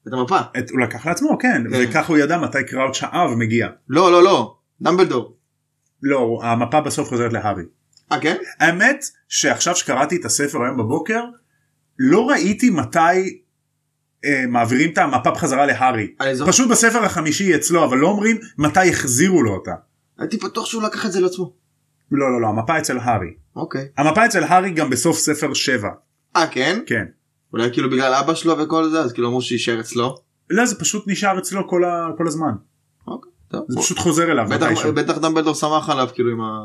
S2: את המפה.
S1: את, הוא לקח לעצמו, כן, וכך הוא ידע מתי קראוץ' האב מגיע.
S2: לא, לא, לא. דמבלדור.
S1: לא, המפה בסוף חוזרת להארי.
S2: אה, כן?
S1: האמת שעכשיו שקראתי את הספר היום בבוקר, לא ראיתי מתי אה, מעבירים את המפה בחזרה להארי.
S2: אני זוכר.
S1: פשוט בספר החמישי היא אצלו, אבל לא אומרים מתי החזירו לו אותה.
S2: הייתי בטוח שהוא לקח את זה לעצמו.
S1: לא, לא, לא, המפה אצל הארי.
S2: אוקיי.
S1: המפה אצל הארי גם בסוף ספר 7,
S2: אה, כן?
S1: כן.
S2: אולי כאילו בגלל אבא שלו וכל זה, אז כאילו אמרו שיישאר אצלו.
S1: לא, זה פשוט נשאר אצלו כל, ה... כל הזמן.
S2: אוקיי. טוב.
S1: זה פשוט חוזר אליו.
S2: בטח-
S1: מתישהו.
S2: בטח דמבלדור שמח עליו כאילו עם ה...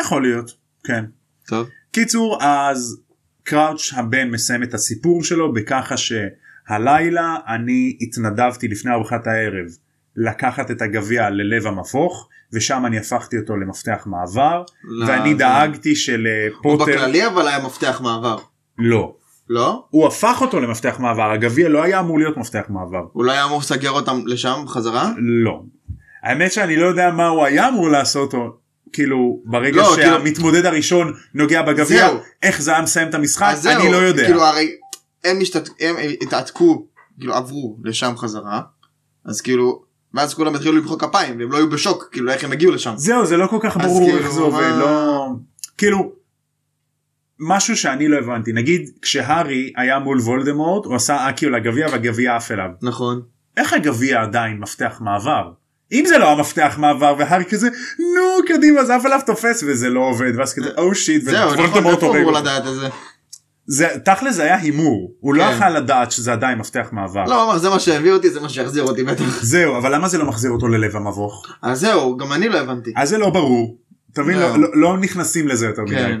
S1: יכול להיות, כן.
S2: טוב.
S1: קיצור אז קראוץ' הבן מסיים את הסיפור שלו בככה שהלילה אני התנדבתי לפני ארוחת הערב לקחת את הגביע ללב המבוך ושם אני הפכתי אותו למפתח מעבר ואני
S2: לא,
S1: דאגתי
S2: הוא
S1: שלפוטר
S2: בכללי אבל היה מפתח מעבר.
S1: לא
S2: לא?
S1: הוא הפך אותו למפתח מעבר הגביע לא היה אמור להיות מפתח מעבר
S2: הוא לא היה אמור לסגר אותם לשם חזרה?
S1: לא האמת שאני לא יודע מה הוא היה אמור לעשות או כאילו ברגע
S2: לא, כאילו-
S1: שהמתמודד הראשון נוגע בגביע
S2: זהו.
S1: איך זה היה מסיים את המשחק
S2: אז
S1: אני
S2: זהו,
S1: לא יודע.
S2: כאילו הרי הם השתת- הם התעתקו, כאילו עברו לשם חזרה, אז כאילו, ואז כולם התחילו למחוא כפיים, והם לא היו בשוק, כאילו איך הם הגיעו לשם.
S1: זהו זה לא כל כך
S2: אז
S1: ברור
S2: כאילו,
S1: איך זה עובד
S2: מה-
S1: לא כאילו משהו שאני לא הבנתי נגיד כשהארי היה מול וולדמורט הוא עשה אקיו לגביע והגביע עף אליו
S2: נכון.
S1: איך הגביע עדיין מפתח מעבר אם זה לא המפתח מעבר והארי כזה נו קדימה אז עף עליו תופס וזה לא עובד ואז כזה או שיט
S2: זהו, נכון, איפה הוא אמור לדעת את זה?
S1: זה תכל'ס זה היה הימור הוא לא
S2: כן.
S1: יכל לדעת שזה עדיין מפתח מעבר
S2: לא, הוא אמר, זה מה שהביא אותי, זה מה שיחזיר אותי בטח.
S1: זהו אבל למה זה לא מחזיר אותו ללב המבוך
S2: אז זהו, גם אני לא הבנתי.
S1: אז זה לא ברור. אתה מבין?
S2: לא.
S1: לא- לא- לא נכנסים לזה יותר מדי.
S2: כן.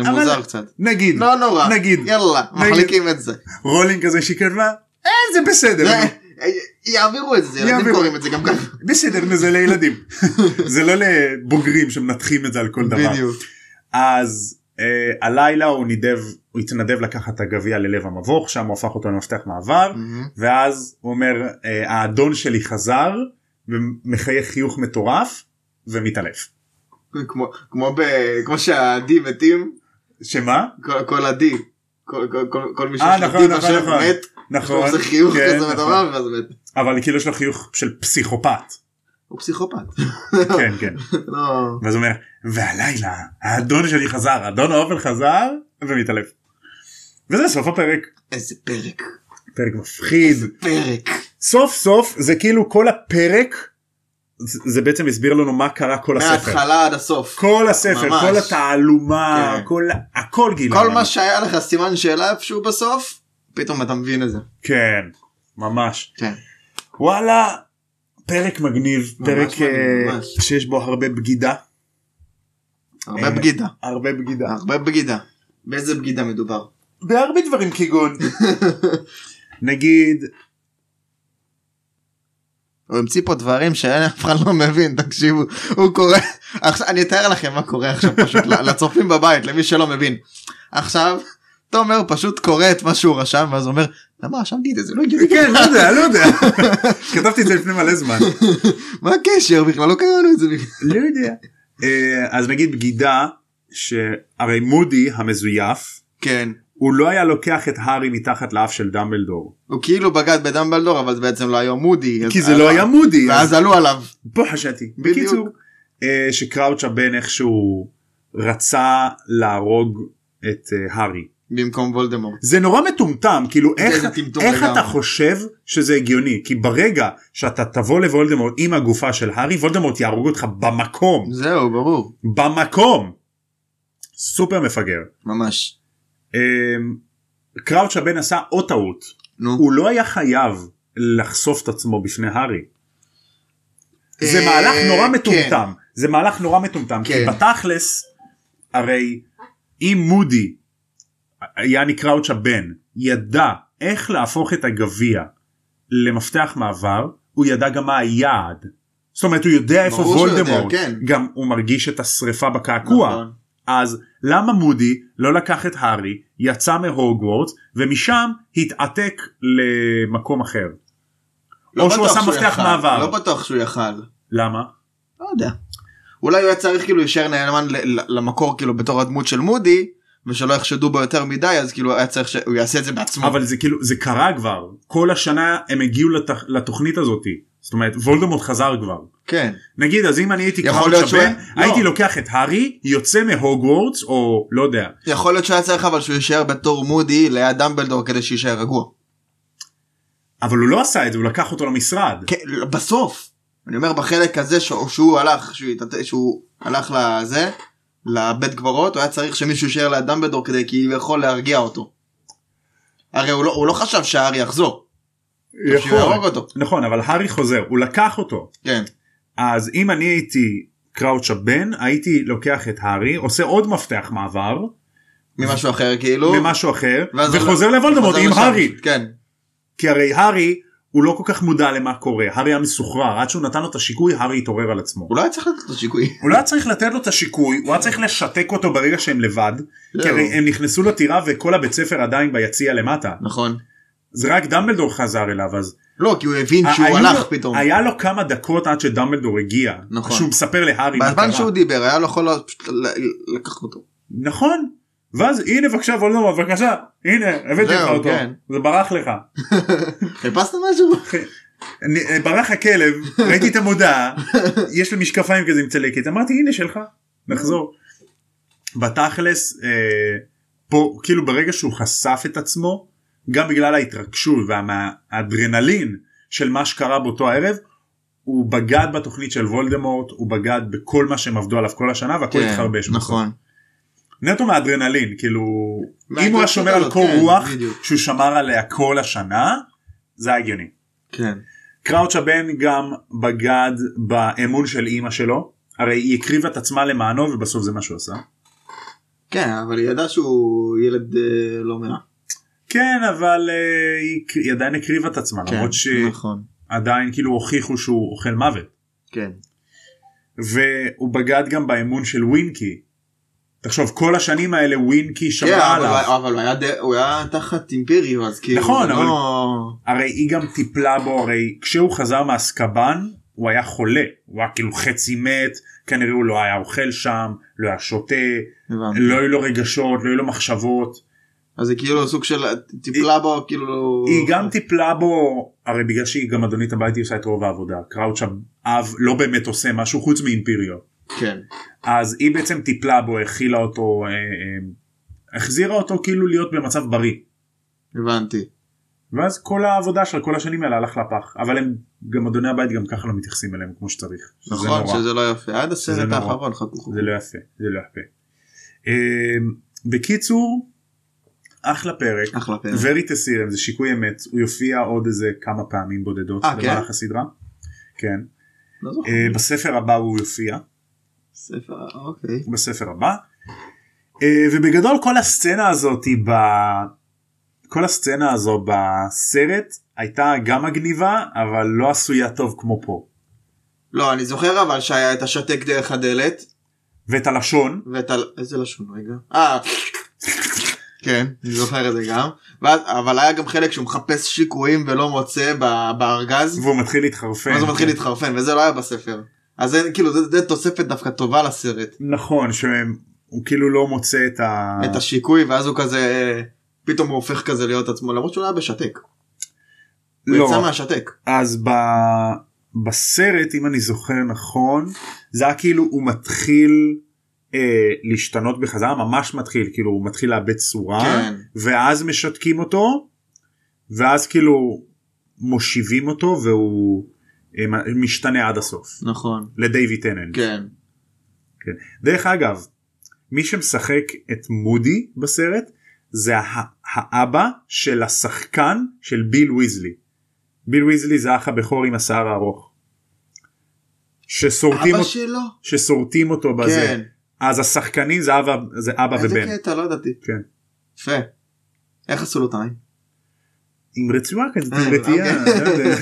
S2: זה מוזר
S1: אבל-
S2: קצת.
S1: נגיד
S2: לא נורא.
S1: נגיד.
S2: יאללה, מחליקים את זה.
S1: רולינג כזה שהיא כתבה, אה זה בסדר, לא,
S2: זה-
S1: נו,
S2: יעבירו את זה, ילדים
S1: יעבירו.
S2: קוראים את זה גם ככה.
S1: בסדר נו, זה לילדים, זה לא לבוגרים שמנתחים את זה על כל דבר.
S2: בדיוק.
S1: אז אה, הלילה הוא נידב, הוא התנדב לקחת את הגביע ללב המבוך, שם הוא הפך אותו למפתח מעבר,
S2: מהמם.
S1: ואז הוא אומר אה, האדון שלי חזר, ומחייך חיוך מטורף, ומתעלף.
S2: כמו- כמו ב- כמו שהדי מתים,
S1: שמה?
S2: כל- כל הדי. כל- כל- כל- כל מי
S1: אה,
S2: שיש לו
S1: נכון,
S2: די
S1: נכון,
S2: בשם
S1: נכון.
S2: מת, יש לו
S1: נכון,
S2: איזה חיוך
S1: כן,
S2: כזה
S1: נכון.
S2: מטורף ואז מת.
S1: אבל כאילו יש לו חיוך של פסיכופת,
S2: הוא פסיכופת.
S1: כן כן,
S2: לא.
S1: ואז הוא אומר והלילה האדון שלי חזר, אדון האופל חזר, ומתעלף. וזה סוף הפרק.
S2: איזה פרק.
S1: פרק מפחיד
S2: פרק.
S1: סוף סוף זה כאילו כל הפרק זה זה בעצם הסביר לנו מה קרה כל הספר.
S2: מההתחלה עד הסוף.
S1: כל הספר,
S2: ממש.
S1: כל התעלומה,
S2: כן.
S1: כל, הכל גילה.
S2: כל
S1: לנו.
S2: מה שהיה לך סימן שאלה איפשהו בסוף, פתאום אתה מבין את זה.
S1: כן, ממש.
S2: כן.
S1: וואלה, פרק מגניב,
S2: ממש
S1: פרק
S2: מגניב,
S1: אה,
S2: ממש.
S1: שיש בו הרבה בגידה.
S2: הרבה
S1: אה,
S2: בגידה.
S1: הרבה בגידה.
S2: הרבה בגידה. באיזה בגידה מדובר?
S1: בהרבה דברים כגון. נגיד,
S2: הוא המציא פה דברים שאין אף אחד לא מבין תקשיבו הוא קורא עכשיו אני אתאר לכם מה קורה עכשיו פשוט לצופים בבית למי שלא מבין. עכשיו תומר פשוט קורא את מה שהוא רשם ואז אומר למה רשמתי את זה זה לא הגיוני
S1: כן, לא יודע, לא יודע. כתבתי את זה לפני מלא זמן.
S2: מה הקשר בכלל לא קראנו את זה בכלל.
S1: לא יודע. אה, אז נגיד בגידה, שהרי מודי המזויף,
S2: כן
S1: הוא לא היה לוקח את הארי מתחת לאף של דמבלדור.
S2: הוא כאילו בגד בדמבלדור אבל זה בעצם לא היה מודי
S1: כי
S2: אז-
S1: זה לא היה מודי. אז
S2: ואז עלו עליו
S1: פה חשבתי.
S2: בדיוק.
S1: בקיצור, אה, שקראוצ'ה בן איכשהו רצה להרוג את אה, הארי.
S2: במקום וולדמורט.
S1: זה נורא מטומטם, כאילו
S2: זה-
S1: איך,
S2: זה טמטום
S1: איך
S2: לגמרי.
S1: אתה חושב שזה הגיוני? כי ברגע שאתה תבוא לוולדמורט עם הגופה של הארי, וולדמורט יהרוג אותך במקום.
S2: זהו ברור
S1: במקום. סופר מפגר.
S2: ממש
S1: אמ, קראוצ' הבן עשה עוד טעות.
S2: נו
S1: הוא לא היה חייב לחשוף את עצמו בפני הארי. זה
S2: אה,
S1: מהלך נורא
S2: כן.
S1: מטומטם זה מהלך נורא מטומטם כי
S2: כן.
S1: בתכלס הרי אם מודי יעני קראוצ' הבן ידע איך להפוך את הגביע למפתח מעבר הוא ידע גם מה היעד. זאת אומרת הוא יודע איפה
S2: ברור שהוא יודע,
S1: וולדמורט
S2: כן.
S1: גם הוא מרגיש את השריפה בקעקוע
S2: נכון.
S1: אז למה מודי לא לקח את הארי יצא מהוגוורטס ומשם התעתק למקום אחר.
S2: לא
S1: או שהוא
S2: בטוח
S1: עשה מפתח
S2: יכל,
S1: מעבר.
S2: לא בטוח שהוא יכל.
S1: למה?
S2: לא יודע. אולי הוא היה צריך כאילו להישאר נאמן ל- ל- למקור כאילו בתור הדמות של מודי ושלא יחשדו בו יותר מדי אז כאילו היה צריך שהוא יעשה את זה בעצמו.
S1: אבל זה כאילו זה קרה כבר כל השנה הם הגיעו לתח, לתוכנית הזאתי זאת אומרת וולדמורט חזר כבר
S2: כן.
S1: נגיד אז אם אני הייתי
S2: יכול
S1: קראוץ'
S2: להיות שהוא
S1: הבן
S2: היה-
S1: הייתי
S2: לא.
S1: לוקח את הארי יוצא מהוגוורטס או לא יודע
S2: יכול להיות שהיה צריך אבל שהוא יישאר בתור מודי ליד דמבלדור כדי שיישאר רגוע.
S1: אבל הוא לא עשה את זה הוא לקח אותו למשרד
S2: כן, ל- בסוף. אני אומר בחלק הזה ש- שהוא הלך שהוא, התעת- שהוא הלך לזה לבית קברות הוא היה צריך שמישהו יישאר ליד דמבלדור כדי כביכול להרגיע אותו. הרי הוא לא, הוא לא חשב שהארי יחזור. שהוא יהרוג אותו.
S1: נכון אבל הארי חוזר הוא לקח אותו
S2: כן.
S1: אז אם אני הייתי קראוץ' הבן הייתי לוקח את הארי עושה עוד מפתח מעבר
S2: ממשהו אחר כאילו.
S1: ממשהו אחר
S2: ואז
S1: וחוזר
S2: הוא-
S1: לוולדמורט
S2: חוזר
S1: עם
S2: לשם.
S1: הארי
S2: כן.
S1: כי הרי הארי הוא לא כל כך מודע למה קורה הארי היה מסוחרר עד שהוא נתן לו את השיקוי הארי התעורר על עצמו.
S2: הוא לא היה צריך לתת לו שיקוי.
S1: הוא לא היה צריך לתת לו את השיקוי הוא היה צריך לשתק אותו ברגע שהם לבד כי
S2: זהו.
S1: הרי הם נכנסו לטירה וכל הבית ספר עדיין ביציע למטה
S2: נכון.
S1: אז רק דמבלדור חזר אליו אז
S2: לא כי הוא הבין שהוא
S1: היו
S2: הלך
S1: לו-
S2: פתאום.
S1: היה לו כמה דקות עד שדמבלדור הגיע
S2: נכון.
S1: שהוא מספר להארי מה
S2: בזמן
S1: קרה
S2: שהוא דיבר היה לו יכול פשוט ל- לקחת אותו.
S1: נכון ואז הנה בבקשה וולדמורט בבקשה הנה הבאתי
S2: זהו,
S1: לך אותו
S2: כן.
S1: זה ברח לך
S2: חיפשת משהו?
S1: אני- אה, ברח הכלב ראיתי את המודעה יש לו משקפיים כזה עם צלקת אמרתי הנה שלך נחזור. בתכלס אה, פה כאילו ברגע שהוא חשף את עצמו גם בגלל ההתרגשות והאדרנלין של מה שקרה באותו הערב הוא בגד בתוכנית של וולדמורט הוא בגד בכל מה שהם עבדו עליו כל השנה והכל
S2: כן,
S1: התחרבש. בסוף.
S2: נכון.
S1: נטו מאדרנלין כאילו אם הוא היה
S2: מההתרגשות
S1: שומר על
S2: הזאת,
S1: קור
S2: כן,
S1: רוח
S2: בדיוק.
S1: שהוא שמר עליה כל השנה זה היה הגיוני.
S2: כן.
S1: קראוץ' הבן גם בגד באמון של אימא שלו הרי היא הקריבה את עצמה למענו ובסוף זה מה שהוא עשה.
S2: כן אבל היא ידעה שהוא ילד אה, לא מרע.
S1: כן אבל אה, היא, היא עדיין הקריבה את עצמה
S2: כן,
S1: למרות שעדיין
S2: נכון.
S1: כאילו הוכיחו שהוא אוכל מוות
S2: כן.
S1: והוא בגד גם באמון של ווינקי. תחשוב כל השנים האלה ווינקי
S2: כן,
S1: שמרה
S2: אבל-
S1: עליו
S2: אבל הוא היה די- הוא היה תחת אימפריו אז כאילו.
S1: נכון,
S2: זה
S1: אבל-
S2: לא-
S1: הרי היא גם טיפלה בו הרי כשהוא חזר מאסקבן הוא היה חולה הוא היה כאילו חצי מת כנראה הוא לא היה אוכל שם לא היה שותה
S2: הבנתי.
S1: לא היו לו רגשות לא היו לו מחשבות.
S2: אז זה כאילו סוג של טיפלה בו כאילו.
S1: היא גם טיפלה בו הרי בגלל שהיא גם אדונית הבית היא עושה את רוב העבודה קראוץ' אב לא באמת עושה משהו חוץ מאימפיריו
S2: כן.
S1: אז היא בעצם טיפלה בו הכילה אותו אה, אה, החזירה אותו כאילו להיות במצב בריא
S2: הבנתי.
S1: ואז כל העבודה של כל השנים האלה הלך לפח אבל הם גם אדוני הבית גם ככה לא מתייחסים אליהם כמו שצריך. שזה
S2: נכון
S1: נורא.
S2: שזה לא יפה עד הסרט
S1: נורא.
S2: האחרון חכו חכו.
S1: זה לא יפה זה לא יפה. אמ, בקיצור אחלה פרק
S2: אחלה פרק.
S1: וריטסילם זה שיקוי אמת הוא יופיע עוד איזה כמה פעמים בודדות
S2: אה, כן?
S1: במהלך הסדרה. כן.
S2: לא זוכר.
S1: אה, בספר הבא הוא יופיע
S2: ספר אוקיי.
S1: בספר הבא. אה, ובגדול כל הסצנה הזאת ב... כל הסצנה הזו בסרט הייתה גם מגניבה אבל לא עשויה טוב כמו פה.
S2: לא אני זוכר אבל שהיה את השתק דרך הדלת
S1: ואת הלשון
S2: ואת ה... איזה לשון רגע? אה. כן, אני זוכר את זה גם. ואז, אבל היה גם חלק שהוא מחפש שיקויים ולא מוצא ב- בארגז,
S1: והוא מתחיל להתחרפן.
S2: ואז הוא מתחיל להתחרפן, וזה לא היה בספר. אז זה כאילו, זה, זה תוספת דווקא טובה לסרט.
S1: נכון שהוא כאילו לא מוצא את ה...
S2: את השיקוי, ואז הוא כזה, אה, פתאום הוא הופך כזה להיות עצמו, למרות שהוא לא היה בשתק. הוא
S1: לא.
S2: יצא מהשתק.
S1: אז ב... בסרט אם אני זוכר נכון זה היה כאילו הוא מתחיל אה, להשתנות בחזרה ממש מתחיל כאילו הוא מתחיל לאבד צורה
S2: כן.
S1: ואז משתקים אותו ואז כאילו מושיבים אותו והוא אה, מ- משתנה עד הסוף
S2: נכון.
S1: לדייווי טננט.
S2: כן.
S1: דרך אגב מי שמשחק את מודי בסרט זה הה- האבא של השחקן של ביל ויזלי. ביל ויזלי זה האח הבכור עם השיער הארוך. שסורטים,
S2: אבא
S1: אותו,
S2: שלו?
S1: שסורטים אותו בזה
S2: כן.
S1: אז השחקנים זה אבא, זה אבא
S2: איזה
S1: ובן
S2: קטע, לא ידעתי.
S1: כן.
S2: יפה. איך עשו לו את העין?
S1: עם רצועה כזאת,
S2: אה,
S1: עם רתיעה,
S2: אוקיי.
S1: לא יודע.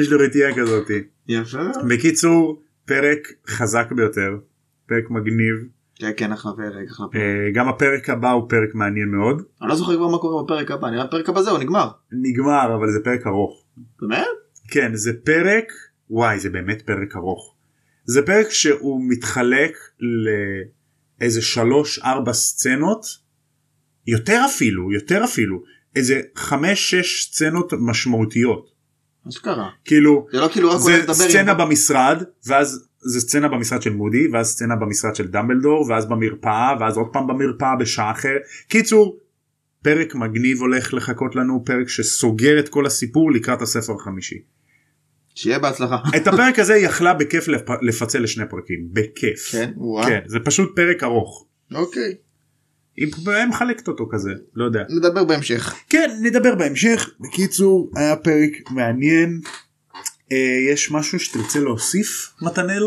S1: יש לו רתיעה כזאת.
S2: יפה. מאוד.
S1: בקיצור פרק חזק ביותר פרק מגניב
S2: כן, כן, אחלה פרק, אחלה פרק.
S1: אה, גם הפרק הבא הוא פרק מעניין מאוד
S2: אני לא זוכר כבר מה קורה בפרק הבא, נראה הפרק הבא זהו נגמר.
S1: נגמר אבל זה פרק ארוך
S2: באמת?
S1: כן זה פרק וואי זה באמת פרק ארוך זה פרק שהוא מתחלק לאיזה שלוש ארבע סצנות יותר אפילו יותר אפילו איזה חמש שש סצנות משמעותיות
S2: מה שקרה.
S1: כאילו
S2: זה לא כאילו רק הולך
S1: זה
S2: לדבר
S1: סצנה
S2: עם...
S1: במשרד ואז זה סצנה במשרד של מודי ואז סצנה במשרד של דמבלדור ואז במרפאה ואז עוד פעם במרפאה בשעה אחרת קיצור פרק מגניב הולך לחכות לנו פרק שסוגר את כל הסיפור לקראת הספר החמישי.
S2: שיהיה בהצלחה.
S1: את הפרק הזה היא יכלה בכיף לפ- לפצל לשני פרקים בכיף
S2: כן, וואו.
S1: כן זה פשוט פרק ארוך.
S2: אוקיי.
S1: היא היא מחלקת אותו כזה לא יודע
S2: נדבר בהמשך.
S1: כן נדבר בהמשך בקיצור היה פרק מעניין אה, יש משהו שתרצה להוסיף מתנאל?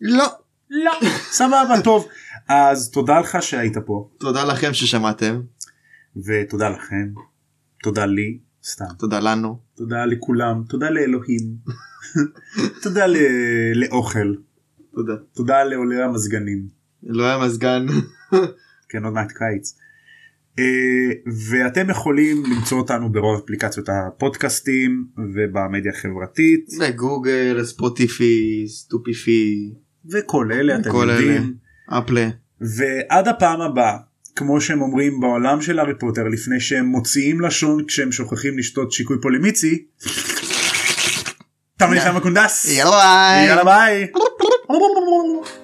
S2: לא.
S1: לא. סבבה, טוב. אז תודה לך שהיית פה,
S2: תודה לכם ששמעתם,
S1: ותודה לכם, תודה לי, סתם.
S2: תודה לנו.
S1: תודה לכולם, תודה לאלוהים, תודה ל- לאוכל,
S2: תודה.
S1: תודה לעולי המזגנים,
S2: לא היה מזגן.
S1: כן עוד מעט קיץ. אה, ואתם יכולים למצוא אותנו ברוב אפליקציות הפודקאסטים ובמדיה החברתית
S2: בגוגל, ספוטיפי, סטופיפי,
S1: וכל אלה אתם
S2: כל אלה.
S1: יודעים.
S2: אפלה.
S1: ועד הפעם הבאה, כמו שהם אומרים בעולם של הארי פוטר, לפני שהם מוציאים לשון כשהם שוכחים לשתות שיקוי פולימיצי, תמליך המקונדס,
S2: יאללה ביי.
S1: יאללה ביי.